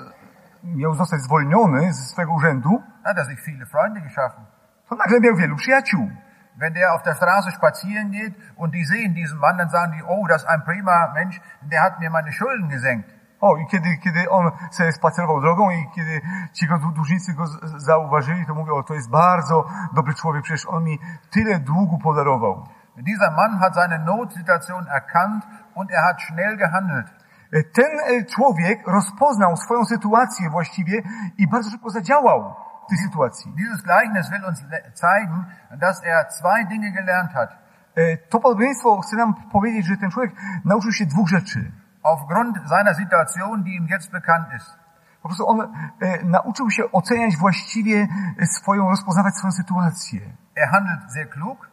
[SPEAKER 2] miał zostać zwolniony ze swego urzędu,
[SPEAKER 1] hat er sich viele Freunde geschaffen.
[SPEAKER 2] to nagle miał wielu przyjaciół.
[SPEAKER 1] Wenn der auf der Straße spazieren geht und die sehen diesen Mann, dann sagen die, oh, das ist ein prima Mensch, der hat mir meine Schulden gesenkt.
[SPEAKER 2] O, i kiedy, kiedy on sobie spacerował drogą i kiedy ci go dłużnicy go z- z- zauważyli, to mówią, o, to jest bardzo dobry człowiek, przecież on mi tyle długu podarował.
[SPEAKER 1] Dieser Mann hat seine Notsituation erkannt und er hat schnell gehandelt.
[SPEAKER 2] E, Ten e, człowiek rozpoznał swoją sytuację właściwie i bardzo szybko zadziałał w tej sytuacji.
[SPEAKER 1] Dieses Gleichnis will uns le- zeigen, dass er zwei Dinge gelernt hat.
[SPEAKER 2] E, To podobieństwo chce nam powiedzieć, że ten człowiek nauczył się dwóch rzeczy.
[SPEAKER 1] Aufgrund seiner Situation, die ihm jetzt bekannt ist.
[SPEAKER 2] Po prostu on e, nauczył się oceniać właściwie e, swoją, rozpoznawać swoją sytuację.
[SPEAKER 1] Er handelt sehr klug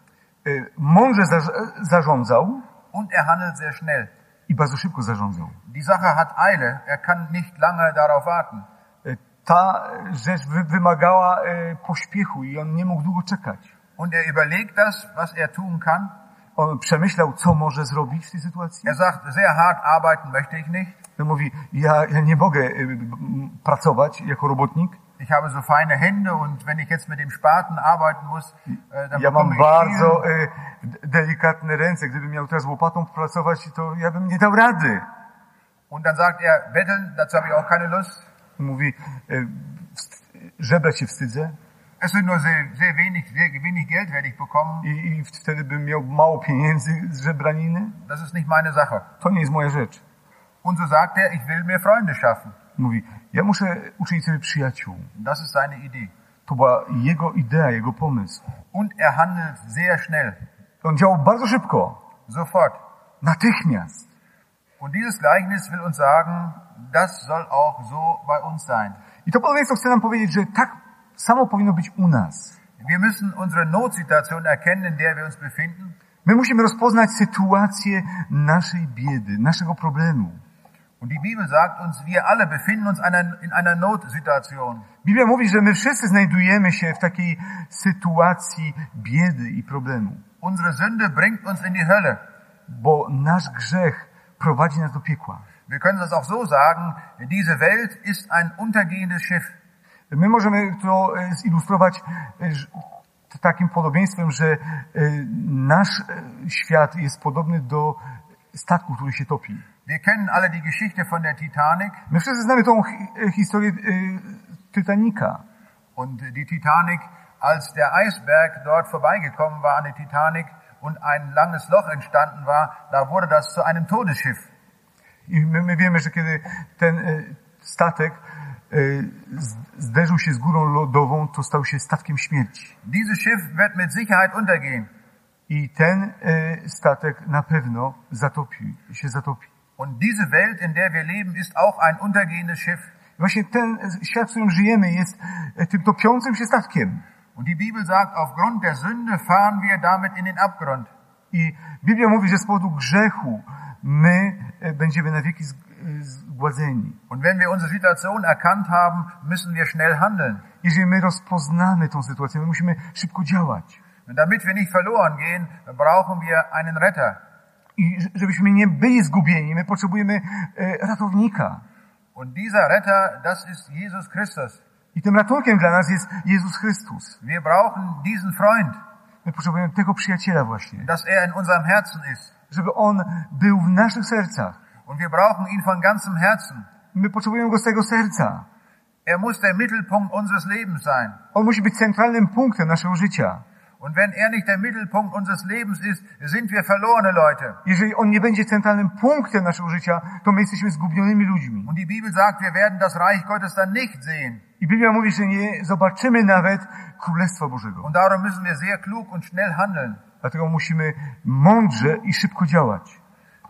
[SPEAKER 2] E, Mądrze zarz- zarządzał
[SPEAKER 1] und er handelt sehr schnell.
[SPEAKER 2] i bardzo szybko zarządzał.
[SPEAKER 1] Die Sache hat Eile, er kann nicht lange darauf warten.
[SPEAKER 2] E, Ta rzecz wy- wymagała e, pośpiechu i on nie mógł długo czekać.
[SPEAKER 1] Und er überlegt das, was er tun kann.
[SPEAKER 2] On przemyślał, co może zrobić w tej sytuacji.
[SPEAKER 1] Er sagt, sehr hart arbeiten möchte ich nicht.
[SPEAKER 2] On mówi, ja, ja nie mogę e, m, pracować jako robotnik.
[SPEAKER 1] Ich habe so feine Hände und wenn ich jetzt mit dem Spaten arbeiten muss, äh, dann
[SPEAKER 2] Ja
[SPEAKER 1] bekomme
[SPEAKER 2] mam
[SPEAKER 1] ich
[SPEAKER 2] bardzo
[SPEAKER 1] Schwielen.
[SPEAKER 2] e, d- delikatne ręce. Gdybym miał teraz łopatą pracować, to ja bym nie dał rady.
[SPEAKER 1] Und dann sagt er, betteln, dazu habe ich auch keine Lust.
[SPEAKER 2] Mówi, e, wst- żebra się wstydzę
[SPEAKER 1] Es sind nur sehr, sehr wenig, sehr wenig Geld werde ich bekommen.
[SPEAKER 2] i, i wtedy bym miał mało pieniędzy z żebraniny.
[SPEAKER 1] Das ist nicht meine Sache.
[SPEAKER 2] To nie jest moja rzecz.
[SPEAKER 1] Und so sagt er, ich will mir Freunde schaffen.
[SPEAKER 2] Mówi, ja muszę uczyć sobie przyjaciół.
[SPEAKER 1] Das ist seine Idee.
[SPEAKER 2] To była jego idea, jego pomysł.
[SPEAKER 1] Und er handelt sehr schnell.
[SPEAKER 2] On działał bardzo szybko,
[SPEAKER 1] Sofort.
[SPEAKER 2] natychmiast.
[SPEAKER 1] Und dieses Gleichnis will uns sagen, das soll auch so bei uns sein.
[SPEAKER 2] I to podobieństwo chcę nam powiedzieć, że tak samo powinno być u nas.
[SPEAKER 1] Wir müssen unsere Notsituation erkennen, in der wir uns befinden.
[SPEAKER 2] My musimy rozpoznać sytuację naszej biedy, naszego problemu.
[SPEAKER 1] Und die Bibel sagt uns, wir alle befinden uns einer- in einer Notsituation.
[SPEAKER 2] Biblia mówi, że my wszyscy znajdujemy się w takiej sytuacji biedy i problemu,
[SPEAKER 1] Unsere Sünde bringt uns in die Hölle.
[SPEAKER 2] bo nasz grzech prowadzi nas do piekła.
[SPEAKER 1] Wir können das auch so sagen, diese Welt ist ein untergehendes Schiff.
[SPEAKER 2] My możemy to e, zilustrować e, ż- t- takim podobieństwem, że e, nasz e, świat jest podobny do statku, który się topi.
[SPEAKER 1] Wir kennen alle die Geschichte von der Titanic
[SPEAKER 2] My wszyscy znamy tą hi- e, historię e, Titanika.
[SPEAKER 1] und die Titanic, als der Eisberg dort vorbeigekommen war an der Titanic und ein langes Loch entstanden war, da wurde das zu einem Todesschiff.
[SPEAKER 2] I my, my wiemy, że kiedy ten e, statek e, z- zderzył się z górą lodową, to stał się statkiem śmierci.
[SPEAKER 1] Dieses Schiff wird mit Sicherheit untergehen.
[SPEAKER 2] I ten e, statek na pewno zatopi, się zatopi.
[SPEAKER 1] Und diese Welt, in der wir leben, ist auch ein untergehendes Schiff.
[SPEAKER 2] Właśnie ten e, świat, w którym żyjemy, jest e, tym topiącym się statkiem.
[SPEAKER 1] Und die Bibel sagt, aufgrund der Sünde fahren wir damit in den Abgrund.
[SPEAKER 2] I Biblia mówi, że z powodu grzechu my e, będziemy na wieki z- e, zgładzeni.
[SPEAKER 1] Und wenn wir unsere Situation erkannt haben, müssen wir schnell handeln.
[SPEAKER 2] Jeżeli my rozpoznamy tą sytuację, my musimy szybko działać.
[SPEAKER 1] Und damit wir nicht verloren gehen, brauchen wir einen Retter.
[SPEAKER 2] I ż- żebyśmy nie byli zgubieni, my potrzebujemy e, ratownika.
[SPEAKER 1] Und dieser Retter, das ist Jesus Christus.
[SPEAKER 2] I tym ratunkiem dla nas jest Jezus Chrystus.
[SPEAKER 1] Wir brauchen diesen Freund,
[SPEAKER 2] My potrzebujemy tego przyjaciela właśnie,
[SPEAKER 1] dass er in unserem Herzen ist.
[SPEAKER 2] żeby on był w naszych sercach.
[SPEAKER 1] Und wir brauchen ihn von ganzem Herzen.
[SPEAKER 2] My potrzebujemy go z tego serca.
[SPEAKER 1] Er muss der Mittelpunkt unseres Lebens sein.
[SPEAKER 2] On musi być centralnym punktem naszego życia.
[SPEAKER 1] Und wenn er nicht der Mittelpunkt unseres Lebens ist, sind wir verlorene Leute.
[SPEAKER 2] Jeżeli on nie będzie centralnym punktem naszego życia, to my jesteśmy zgubionymi ludźmi.
[SPEAKER 1] Und die Bibel sagt, wir werden das Reich Gottes dann nicht sehen.
[SPEAKER 2] I Biblia mówi, że nie zobaczymy nawet Królestwa Bożego.
[SPEAKER 1] Und darum müssen wir sehr klug und schnell handeln.
[SPEAKER 2] Dlatego musimy mądrze i szybko działać.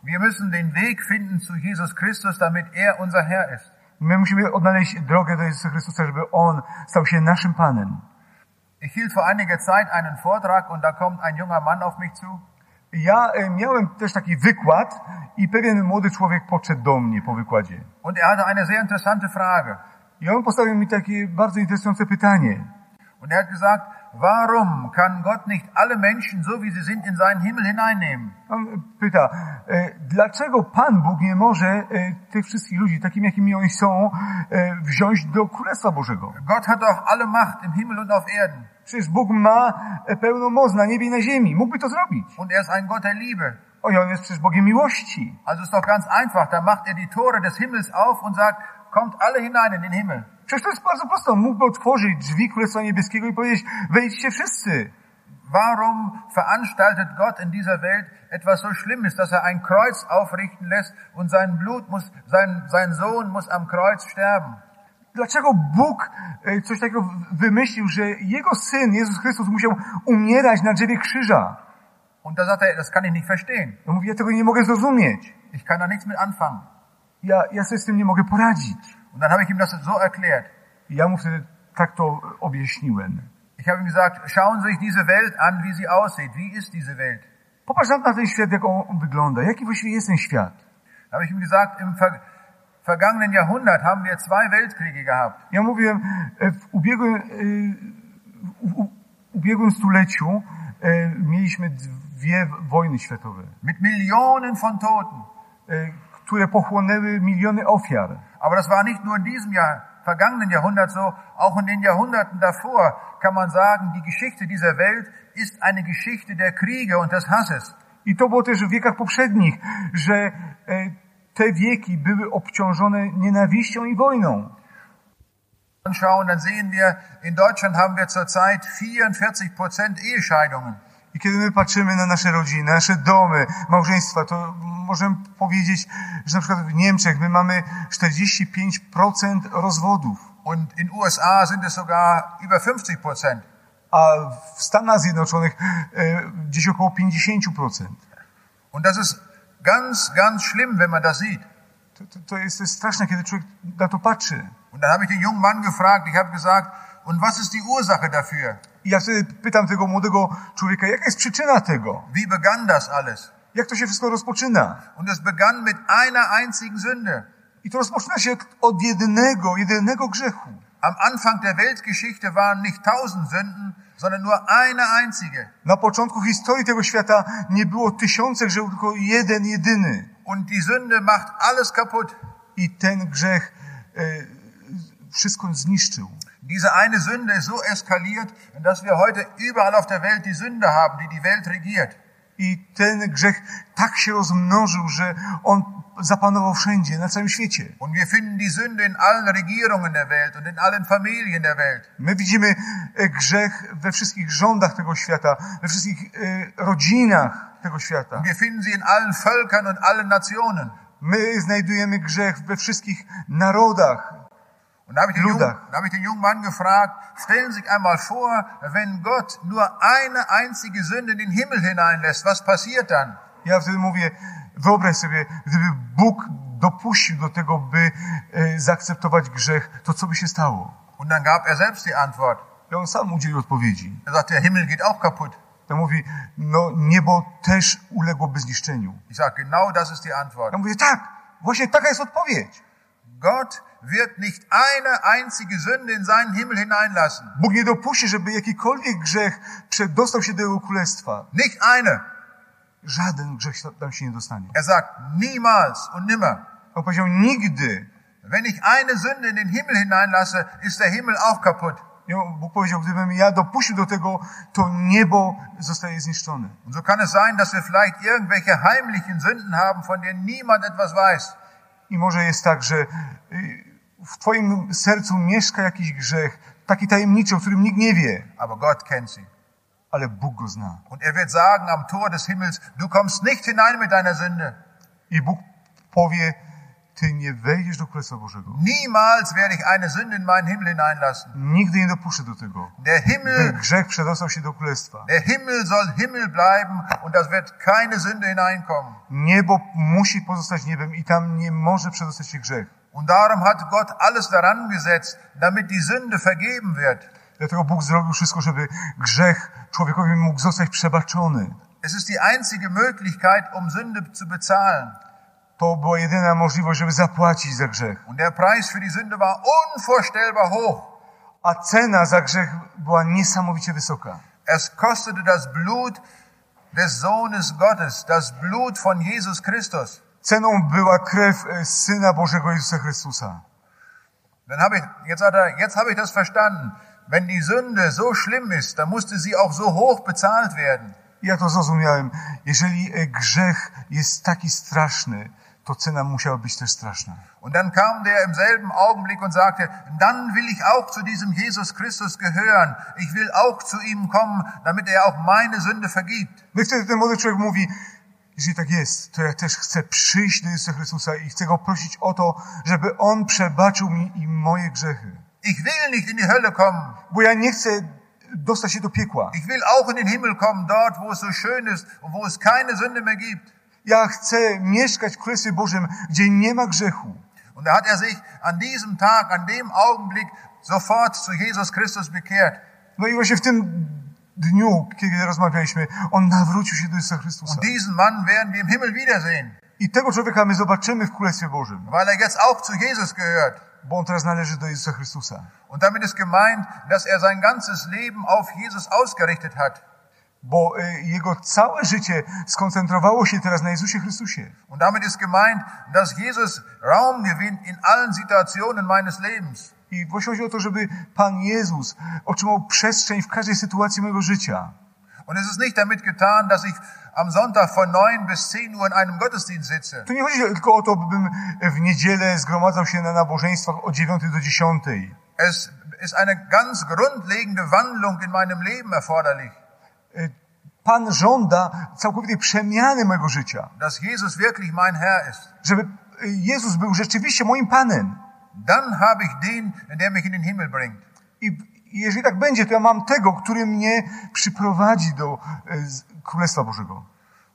[SPEAKER 1] Wir müssen den Weg finden zu Jesus Christus, damit er unser Herr ist.
[SPEAKER 2] My musimy odnaleźć drogę do Jezusa Chrystusa, żeby On stał się naszym Panem.
[SPEAKER 1] Ich hielt vor einiger Zeit einen Vortrag und da kommt ein junger Mann auf mich zu
[SPEAKER 2] Ja e, miałem też taki wykład i pewien młody człowiek podszedł do mnie po wykładzie.
[SPEAKER 1] und er hatte eine sehr interessante Frage.
[SPEAKER 2] I on postawił mi takie bardzo interesujące pytanie.
[SPEAKER 1] Und er hat gesagt, warum kann Gott nicht alle Menschen, so wie sie sind, in seinen Himmel hineinnehmen?
[SPEAKER 2] On pyta, e, dlaczego Pan Bóg nie może e, tych wszystkich ludzi, takimi jakimi oni są, e, wziąć do Królestwa Bożego?
[SPEAKER 1] Gott hat doch alle Macht im Himmel und auf Erden.
[SPEAKER 2] Przecież Bóg ma e, pełną moc na niebie i na ziemi. Mógłby to zrobić.
[SPEAKER 1] Und er ist ein Gott der Liebe.
[SPEAKER 2] O, i on jest przecież Bogiem miłości.
[SPEAKER 1] Also ist doch ganz einfach. Da macht er die Tore des Himmels auf und sagt, kommt alle hinein in den Himmel.
[SPEAKER 2] Przecież to jest bardzo proste. On mógłby otworzyć drzwi Królestwa Niebieskiego i powiedzieć, wejdźcie wszyscy.
[SPEAKER 1] Warum veranstaltet Gott in dieser Welt etwas so Schlimmes, dass er ein Kreuz aufrichten lässt und sein Blut muss, sein, sein Sohn muss am Kreuz sterben?
[SPEAKER 2] Dlaczego Bóg e, coś takiego w- wymyślił, że Jego Syn, Jezus Chrystus, musiał umierać na drzewie krzyża?
[SPEAKER 1] Und da sagt er, das kann ich nicht verstehen.
[SPEAKER 2] Ja mówię, ja tego nie mogę zrozumieć.
[SPEAKER 1] Ich kann da nichts mit anfangen.
[SPEAKER 2] Ja, ja sobie z tym nie mogę poradzić.
[SPEAKER 1] Und dann habe ich ihm das so erklärt.
[SPEAKER 2] I ja mu wtedy tak to objaśniłem.
[SPEAKER 1] Ich habe ihm gesagt, schauen Sie sich diese Welt an, wie sie aussieht. Wie ist diese Welt?
[SPEAKER 2] Popatrz na- na ten świat, jak on on wygląda. Jaki właściwie jest ten świat?
[SPEAKER 1] Da habe ich ihm gesagt, im ver vergangenen Jahrhundert haben wir zwei Weltkriege gehabt.
[SPEAKER 2] Ja mówiłem, e, w ubiegłym, e, w u- ubiegłym stuleciu e, mieliśmy dwie wojny światowe,
[SPEAKER 1] Mit Millionen von Toten.
[SPEAKER 2] e, które pochłonęły miliony ofiar.
[SPEAKER 1] Aber das war nicht nur in diesem Jahr, vergangenen Jahrhundert so, auch in den Jahrhunderten davor kann man sagen, die Geschichte dieser Welt ist eine Geschichte der Kriege und des Hasses.
[SPEAKER 2] I to było też w wiekach poprzednich, że e, te wieki były obciążone nienawiścią i wojną.
[SPEAKER 1] Anschauen, dann sehen wir, in Deutschland haben wir zurzeit 44 Prozent Ehescheidungen.
[SPEAKER 2] I kiedy my patrzymy na nasze rodziny, nasze domy, małżeństwa, to możemy powiedzieć, że na przykład w Niemczech my mamy 45% rozwodów,
[SPEAKER 1] Und in USA sind es sogar über 50 Prozent.
[SPEAKER 2] a w Stanach Zjednoczonych e, gdzieś około 50%.
[SPEAKER 1] Und das ist ganz, ganz schlimm, wenn man das sieht.
[SPEAKER 2] To, to, to jest to jest straszne, kiedy człowiek na to patrzy.
[SPEAKER 1] Und dann habe ich den jungen Mann gefragt, ich habe gesagt, und was ist die Ursache dafür?
[SPEAKER 2] I ja wtedy pytam tego młodego człowieka, jaka jest przyczyna tego?
[SPEAKER 1] Wie begann das alles?
[SPEAKER 2] Jak to się wszystko rozpoczyna?
[SPEAKER 1] Und es begann mit einer einzigen Sünde.
[SPEAKER 2] I to rozpoczyna się od- od jednego, jedynego grzechu.
[SPEAKER 1] Am Anfang der Weltgeschichte waren nicht tausend Sünden, sondern nur eine einzige.
[SPEAKER 2] Na początku historii tego świata nie było tysiące grzechów, tylko jeden, jedyny.
[SPEAKER 1] Und die Sünde macht alles kaputt.
[SPEAKER 2] I ten grzech e, wszystko zniszczył.
[SPEAKER 1] Diese eine Sünde ist so eskaliert, dass wir heute überall auf der Welt die Sünde haben, die die Welt regiert.
[SPEAKER 2] I ten grzech tak się rozmnożył, że on zapanował wszędzie, na całym świecie.
[SPEAKER 1] Und wir finden die Sünde in allen Regierungen der Welt und in allen Familien der Welt.
[SPEAKER 2] My widzimy e, grzech we wszystkich rządach tego świata, we wszystkich e, rodzinach tego świata.
[SPEAKER 1] Wir finden sie in allen Völkern und allen Nationen.
[SPEAKER 2] My znajdujemy grzech we wszystkich narodach,
[SPEAKER 1] Und da habe ich, den jungen,
[SPEAKER 2] Luder.
[SPEAKER 1] da habe ich den jungen Mann gefragt, stellen Sie sich einmal vor, wenn Gott nur eine einzige Sünde in den Himmel hineinlässt, was passiert dann?
[SPEAKER 2] Ja wtedy mówię, wyobraź sobie, gdyby Bóg dopuścił do tego, by e, zaakceptować grzech, to co by się stało?
[SPEAKER 1] Und dann gab er selbst die Antwort.
[SPEAKER 2] I on sam udzielił odpowiedzi.
[SPEAKER 1] Er sagt, der Himmel geht auch kaputt.
[SPEAKER 2] To mówi, no niebo też uległoby zniszczeniu.
[SPEAKER 1] Ich sage, genau das ist die Antwort.
[SPEAKER 2] Ja mówię, tak, właśnie taka jest odpowiedź.
[SPEAKER 1] Gott wird nicht eine einzige Sünde in seinen Himmel hineinlassen.
[SPEAKER 2] Bóg nie dopuści, żeby jakikolwiek grzech przedostał się do Jego Królestwa.
[SPEAKER 1] Nicht eine.
[SPEAKER 2] Żaden grzech się- tam się nie dostanie.
[SPEAKER 1] Er sagt, niemals und nimmer.
[SPEAKER 2] On powiedział, nigdy.
[SPEAKER 1] Wenn ich eine Sünde in den Himmel hineinlasse, jest der Himmel auch kaputt.
[SPEAKER 2] I on- Bóg powiedział, gdybym ja dopuścił do tego, to niebo zostaje zniszczone.
[SPEAKER 1] Und so kann es sein, dass wir vielleicht irgendwelche heimlichen Sünden haben, von denen niemand etwas weiß.
[SPEAKER 2] I może jest tak, że y, w Twoim sercu mieszka jakiś grzech, taki tajemniczy, o którym nikt nie wie,
[SPEAKER 1] Aber Gott kennt sie.
[SPEAKER 2] ale Bóg go zna.
[SPEAKER 1] Und er wird sagen am Tor des Himmels, du kommst nicht hinein mit deiner Sünde.
[SPEAKER 2] I Bóg powie, Ty nie wejdziesz do Królestwa Bożego.
[SPEAKER 1] Niemals werde ich eine Sünde in meinen Himmel hineinlassen.
[SPEAKER 2] Nigdy nie dopuszczę do tego,
[SPEAKER 1] Der
[SPEAKER 2] by
[SPEAKER 1] Himmel,
[SPEAKER 2] grzech przedostał się do Królestwa.
[SPEAKER 1] der Himmel soll Himmel bleiben und das wird keine Sünde hineinkommen.
[SPEAKER 2] Niebo musi pozostać niebem i tam nie może przedostać się grzech.
[SPEAKER 1] Und darum hat Gott alles daran gesetzt, damit die Sünde vergeben wird.
[SPEAKER 2] Dlatego Bóg zrobił wszystko, żeby grzech człowiekowi mógł zostać przebaczony.
[SPEAKER 1] Es ist die einzige Möglichkeit, um Sünde zu bezahlen.
[SPEAKER 2] To była jedyna możliwość, żeby zapłacić za grzech.
[SPEAKER 1] Und der Preis für die Sünde war unvorstellbar hoch.
[SPEAKER 2] a cena za grzech była niesamowicie wysoka.
[SPEAKER 1] Es kostete das Blut des Sohnes Gottes, das Blut von Jesus Christus.
[SPEAKER 2] Ceną była krew e, Syna Bożego Jezusa Chrystusa.
[SPEAKER 1] Dann habe ich, jetzt hat er, jetzt habe ich das verstanden. Wenn die Sünde so schlimm ist, dann musste sie auch so hoch bezahlt werden.
[SPEAKER 2] Ja to zrozumiałem. Jeżeli e, grzech jest taki straszny, to cena musiała być też straszna.
[SPEAKER 1] Und dann kam der im selben Augenblick und sagte, dann will ich auch zu diesem Jesus Christus gehören. Ich will auch zu ihm kommen, damit er auch meine Sünde vergibt.
[SPEAKER 2] No i wtedy ten młody człowiek mówi, jeżeli tak jest, to ja też chcę przyjść do Jezusa Chrystusa i chcę Go prosić o to, żeby On przebaczył mi i moje grzechy.
[SPEAKER 1] Ich will nicht in die Hölle kommen.
[SPEAKER 2] Bo ja nie chcę dostać się do piekła.
[SPEAKER 1] Ich will auch in den Himmel kommen, dort, wo es so schön ist und wo es keine Sünde mehr gibt.
[SPEAKER 2] Ja chcę mieszkać w Królestwie Bożym, gdzie nie ma grzechu.
[SPEAKER 1] Und da hat er sich an diesem Tag, an dem Augenblick sofort zu Jesus Christus bekehrt.
[SPEAKER 2] No i właśnie w tym dniu, kiedy rozmawialiśmy, on nawrócił się do Jezusa Chrystusa.
[SPEAKER 1] Und diesen Mann werden wir im Himmel wiedersehen,
[SPEAKER 2] I tego człowieka my zobaczymy w Królestwie Bożym,
[SPEAKER 1] weil er jetzt auch zu Jesus gehört.
[SPEAKER 2] bo on teraz należy do Jezusa Chrystusa.
[SPEAKER 1] Und damit ist gemeint, dass er sein ganzes Leben auf Jesus ausgerichtet hat.
[SPEAKER 2] Bo y, jego całe życie skoncentrowało się teraz na Jezusie Chrystusie.
[SPEAKER 1] Und damit ist gemeint, dass Jesus Raum gewinnt in allen Situationen meines Lebens.
[SPEAKER 2] I właśnie chodzi o to, żeby Pan Jezus otrzymał przestrzeń w każdej sytuacji mojego życia.
[SPEAKER 1] Und es ist nicht damit getan, dass ich am Sonntag von 9 bis 10 Uhr in einem Gottesdienst sitze.
[SPEAKER 2] Tu nie chodzi tylko o to, bym w niedzielę zgromadzał się na nabożeństwach od 9 do 10.
[SPEAKER 1] Es ist eine ganz grundlegende Wandlung in meinem Leben erforderlich,
[SPEAKER 2] Y, Pan żąda całkowitej przemiany mojego życia,
[SPEAKER 1] dass Jesus wirklich mein Herr ist.
[SPEAKER 2] żeby y, Jezus był rzeczywiście moim Panem.
[SPEAKER 1] Dann habe ich den, der mich in den Himmel bringt.
[SPEAKER 2] I i jeżeli tak będzie, to ja mam tego, który mnie przyprowadzi do y, z- Królestwa Bożego.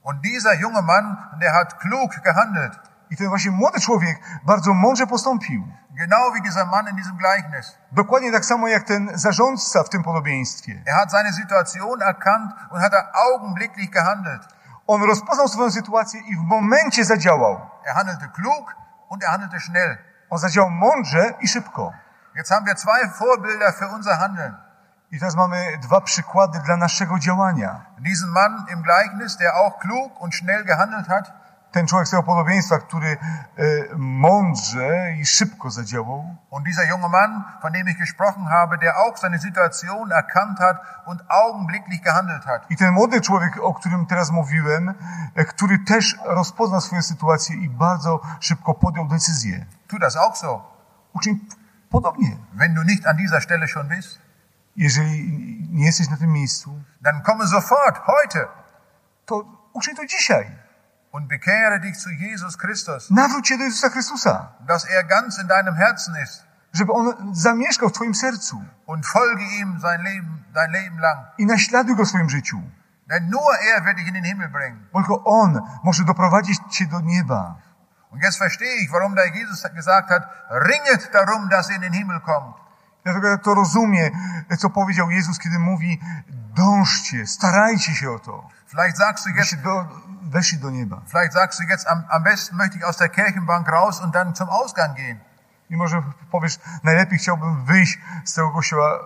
[SPEAKER 1] Und dieser junge Mann, der hat klug gehandelt,
[SPEAKER 2] I ten właśnie młody człowiek bardzo mądrze postąpił.
[SPEAKER 1] genau wie dieser Mann in diesem Gleichnis.
[SPEAKER 2] Dokładnie tak samo jak ten zarządca w tym podobieństwie.
[SPEAKER 1] Er hat seine Situation erkannt und hat da augenblicklich gehandelt.
[SPEAKER 2] On rozpoznał swoją sytuację i w momencie zadziałał.
[SPEAKER 1] Er handelte klug und er handelte schnell.
[SPEAKER 2] On zadziałał mądrze i szybko.
[SPEAKER 1] Jetzt haben wir zwei Vorbilder für unser Handeln.
[SPEAKER 2] I teraz mamy dwa przykłady dla naszego działania.
[SPEAKER 1] Diesen Mann im Gleichnis, der auch klug und schnell gehandelt hat,
[SPEAKER 2] Ten człowiek z tego podobieństwa, który e, mądrze i szybko zadziałał.
[SPEAKER 1] und dieser junge Mann, von dem ich gesprochen habe, der auch seine Situation erkannt hat und augenblicklich gehandelt hat.
[SPEAKER 2] I ten młody człowiek, o którym teraz mówiłem, e, który też rozpoznał swoją sytuację i bardzo szybko podjął decyzję.
[SPEAKER 1] Tu das auch so,
[SPEAKER 2] Uczyń p- podobnie.
[SPEAKER 1] wenn du nicht an dieser Stelle schon bist.
[SPEAKER 2] Jeżeli nie jesteś na tym miejscu,
[SPEAKER 1] Dann komme sofort heute
[SPEAKER 2] to uczyń to dzisiaj.
[SPEAKER 1] und bekehre dich zu Jesus Christus,
[SPEAKER 2] Nawróć się do Jezusa Chrystusa,
[SPEAKER 1] dass er ganz in deinem Herzen ist.
[SPEAKER 2] żeby On zamieszkał w Twoim sercu
[SPEAKER 1] und folge ihm sein Leben, dein Leben lang.
[SPEAKER 2] i naśladuj Go w swoim życiu.
[SPEAKER 1] Denn nur er wird dich in den Himmel bringen.
[SPEAKER 2] Bo tylko On może doprowadzić Cię do nieba.
[SPEAKER 1] Und jetzt verstehe ich, warum da Jesus gesagt hat, ringet darum, dass ihr in den Himmel kommt.
[SPEAKER 2] Dlatego ja to rozumiem, e, co powiedział Jezus, kiedy mówi dążcie, starajcie się o to,
[SPEAKER 1] Vielleicht sagst du jetzt,
[SPEAKER 2] byście do, weszli do nieba.
[SPEAKER 1] vielleicht sagst du jetzt, am, am besten möchte ich aus der Kirchenbank raus und dann zum Ausgang gehen.
[SPEAKER 2] I może powiesz, najlepiej chciałbym wyjść z tego kościoła,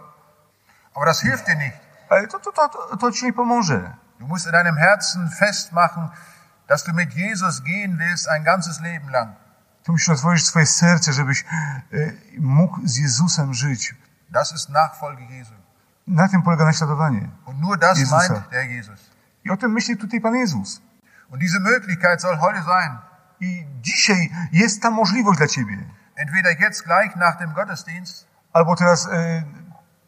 [SPEAKER 1] Aber das hilft dir nicht.
[SPEAKER 2] ale to, to, to, to, to Ci nie pomoże.
[SPEAKER 1] Du musst in deinem Herzen festmachen, dass du mit Jesus gehen willst ein ganzes Leben lang.
[SPEAKER 2] Ty musisz otworzyć swoje serce, żebyś e, mógł z Jezusem żyć.
[SPEAKER 1] Das ist Nachfolge Jesu.
[SPEAKER 2] Na tym polega naśladowanie.
[SPEAKER 1] Und nur das
[SPEAKER 2] Jesus, ja.
[SPEAKER 1] meint der Jesus.
[SPEAKER 2] I o tym myśli tutaj Pan Jezus.
[SPEAKER 1] Und diese Möglichkeit soll heute sein.
[SPEAKER 2] I dzisiaj jest ta możliwość dla Ciebie.
[SPEAKER 1] Entweder jetzt gleich nach dem Gottesdienst
[SPEAKER 2] Albo teraz e,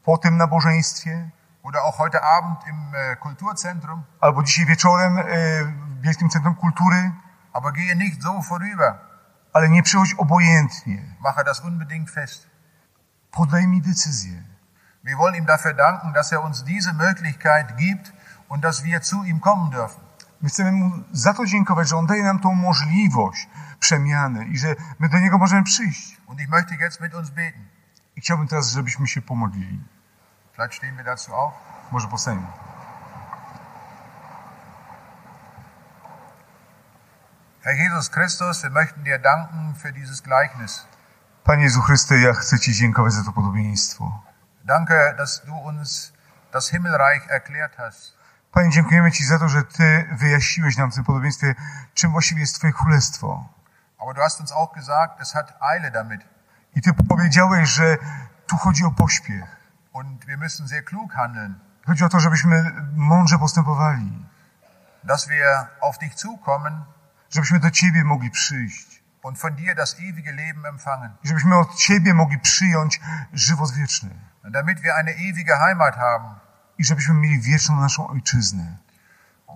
[SPEAKER 2] po tym nabożeństwie,
[SPEAKER 1] oder auch heute Abend im äh, Kulturzentrum,
[SPEAKER 2] albo dzisiaj wieczorem e, w Wielkim Centrum Kultury,
[SPEAKER 1] aber gehe nicht so vorüber.
[SPEAKER 2] ale nie przychodź obojętnie.
[SPEAKER 1] Mache das unbedingt fest.
[SPEAKER 2] Podaj mi decyzję.
[SPEAKER 1] Wir wollen ihm dafür danken, dass er uns diese Möglichkeit gibt und dass wir zu ihm kommen dürfen.
[SPEAKER 2] My chcemy Mu za to dziękować, że On daje nam tą możliwość przemiany i że my do Niego możemy przyjść.
[SPEAKER 1] Und ich möchte jetzt mit uns beten.
[SPEAKER 2] I chciałbym teraz, żebyśmy się pomodlili.
[SPEAKER 1] Vielleicht stehen wir dazu auf.
[SPEAKER 2] Może powstajemy.
[SPEAKER 1] Herr Jesus Christus, wir möchten dir danken für dieses Gleichnis.
[SPEAKER 2] Panie Jezu Chryste, ja chcę Ci dziękować za to podobieństwo.
[SPEAKER 1] Danke, dass du uns das Himmelreich erklärt hast.
[SPEAKER 2] Panie, dziękujemy Ci za to, że Ty wyjaśniłeś nam w tym podobieństwie, czym właściwie jest Twoje królestwo.
[SPEAKER 1] Aber du hast uns auch gesagt, es hat Eile damit.
[SPEAKER 2] I Ty powiedziałeś, że tu chodzi o pośpiech.
[SPEAKER 1] Und wir müssen sehr klug handeln,
[SPEAKER 2] Chodzi o to, żebyśmy mądrze postępowali,
[SPEAKER 1] dass wir auf dich zukommen
[SPEAKER 2] żebyśmy do Ciebie mogli przyjść,
[SPEAKER 1] und von dir das ewige Leben empfangen.
[SPEAKER 2] żebyśmy od Ciebie mogli przyjąć żywot wieczny
[SPEAKER 1] Und damit wir eine ewige Heimat haben,
[SPEAKER 2] i żebyśmy mieli wieczną naszą ojczyznę.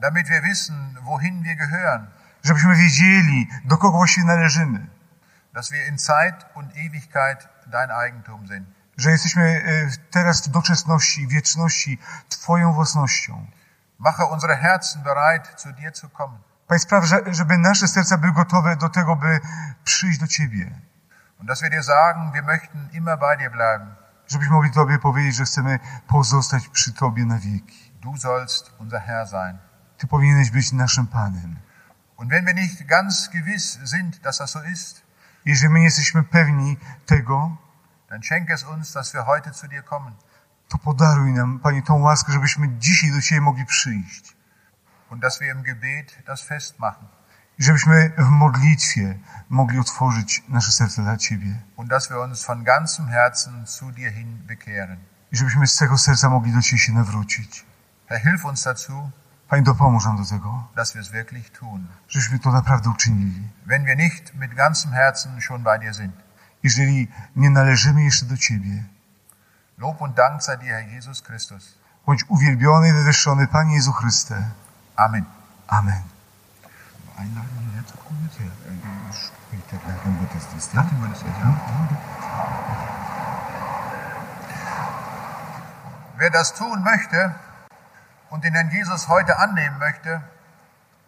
[SPEAKER 1] damit wir wissen, wohin wir gehören,
[SPEAKER 2] Żebyśmy wiedzieli, do kogo właściwie należymy,
[SPEAKER 1] dass wir in Zeit und Ewigkeit dein Eigentum sind.
[SPEAKER 2] że jesteśmy e, teraz w doczesności i wieczności Twoją własnością.
[SPEAKER 1] Mache unsere Herzen bereit, zu dir zu kommen.
[SPEAKER 2] Panie, spraw, że- żeby nasze serca były gotowe do tego, by przyjść do Ciebie.
[SPEAKER 1] Und dass wir dir sagen, wir möchten immer bei dir bleiben.
[SPEAKER 2] Żebyśmy mogli Tobie powiedzieć, że chcemy pozostać przy Tobie na wieki.
[SPEAKER 1] Du sollst unser Herr sein.
[SPEAKER 2] Ty powinieneś być naszym Panem.
[SPEAKER 1] Und wenn wir nicht ganz gewiss sind, dass das so ist,
[SPEAKER 2] Jeżeli my nie jesteśmy pewni tego,
[SPEAKER 1] dann schenke es uns, dass wir heute zu dir kommen.
[SPEAKER 2] to podaruj nam, Panie, tą łaskę, żebyśmy dzisiaj do Ciebie mogli przyjść.
[SPEAKER 1] Und dass wir im Gebet das festmachen.
[SPEAKER 2] I żebyśmy w modlitwie mogli otworzyć nasze serce dla Ciebie.
[SPEAKER 1] Und dass wir uns von ganzem Herzen zu dir hin bekehren.
[SPEAKER 2] I żebyśmy z tego serca mogli do Ciebie się nawrócić.
[SPEAKER 1] Herr, hilf uns dazu,
[SPEAKER 2] Panie, dopomóż nam do tego,
[SPEAKER 1] dass wir es wirklich tun.
[SPEAKER 2] żebyśmy to naprawdę uczynili.
[SPEAKER 1] Wenn wir nicht mit ganzem Herzen schon bei dir sind.
[SPEAKER 2] Jeżeli nie należymy jeszcze do Ciebie,
[SPEAKER 1] Lob und Dank sei dir, Herr Jesus Christus.
[SPEAKER 2] bądź uwielbiony i wywyższony, Panie Jezu Chryste.
[SPEAKER 1] Amen.
[SPEAKER 2] Amen.
[SPEAKER 1] Einladung jetzt kommen jetzt her.
[SPEAKER 2] Später nach dem Gottesdienst.
[SPEAKER 1] Nach dem Gottesdienst, ja. Wer das tun möchte und den Herrn Jesus heute annehmen möchte,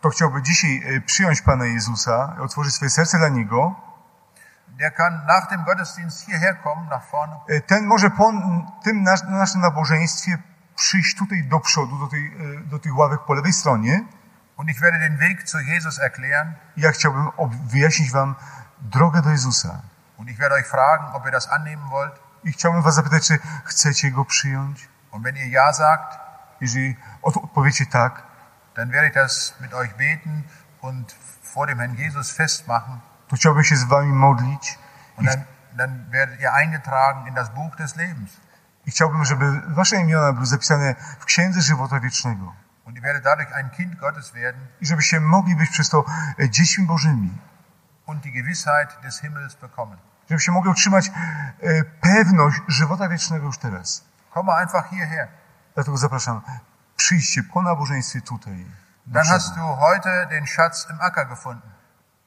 [SPEAKER 2] Kto chciałby dzisiaj e, przyjąć Pana Jezusa, otworzyć swoje serce dla Niego,
[SPEAKER 1] der kann nach dem Gottesdienst hierher kommen, nach vorne.
[SPEAKER 2] e, ten może po n- tym nas- naszym nabożeństwie przyjść tutaj do przodu, do, tej, e, do tych ławek po lewej stronie.
[SPEAKER 1] Und ich werde den Weg zu Jesus erklären
[SPEAKER 2] I Ja chciałbym ob- wyjaśnić Wam drogę do Jezusa.
[SPEAKER 1] und ich werde euch fragen, ob ihr das annehmen wollt.
[SPEAKER 2] I chciałbym Was zapytać, czy chcecie Go przyjąć?
[SPEAKER 1] Und wenn ihr Ja sagt,
[SPEAKER 2] Jeżeli od- odpowiecie tak,
[SPEAKER 1] dann werde ich das mit euch beten und vor dem Herrn Jesus festmachen.
[SPEAKER 2] to chciałbym się z Wami modlić
[SPEAKER 1] Und dann, dann werdet ihr eingetragen in das Buch des Lebens.
[SPEAKER 2] i chciałbym, żeby Wasze imiona były zapisane w Księdze Żywota Wiecznego
[SPEAKER 1] Und ihr werdet dadurch ein Kind Gottes werden
[SPEAKER 2] i żebyście mogli być przez to e, dziećmi Bożymi.
[SPEAKER 1] und die Gewissheit des Himmels bekommen.
[SPEAKER 2] żebyśmy mogli otrzymać e, pewność żywota wiecznego już teraz.
[SPEAKER 1] Komme einfach hierher.
[SPEAKER 2] Dlatego zapraszam, przyjdźcie po nabożeństwie tutaj. do
[SPEAKER 1] Dann
[SPEAKER 2] przodu.
[SPEAKER 1] hast du heute den Schatz im Acker gefunden.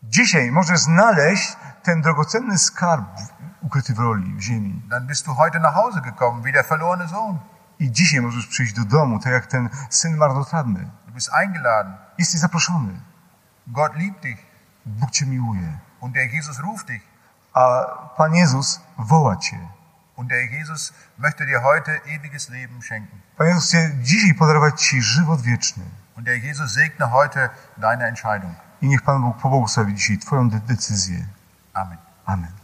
[SPEAKER 2] Dzisiaj możesz znaleźć ten drogocenny skarb w- ukryty w roli, w ziemi.
[SPEAKER 1] Dann bist du heute nach Hause gekommen, wie der verlorene Sohn.
[SPEAKER 2] I dzisiaj możesz przyjść do domu, tak jak ten syn marnotrawny.
[SPEAKER 1] Du bist eingeladen.
[SPEAKER 2] Jesteś zaproszony.
[SPEAKER 1] Gott liebt dich
[SPEAKER 2] Bóg cię miłuje.
[SPEAKER 1] und der Jesus ruft dich.
[SPEAKER 2] A Pan Jezus woła cię.
[SPEAKER 1] Und der Jesus möchte dir heute ewiges Leben schenken.
[SPEAKER 2] Pan Jezus chce dzisiaj podarować ci żywot wieczny.
[SPEAKER 1] Und der Jesus segne heute deine Entscheidung.
[SPEAKER 2] I niech Pan Bóg pobłogosławi dzisiaj twoją de- decyzję.
[SPEAKER 1] Amen.
[SPEAKER 2] Amen.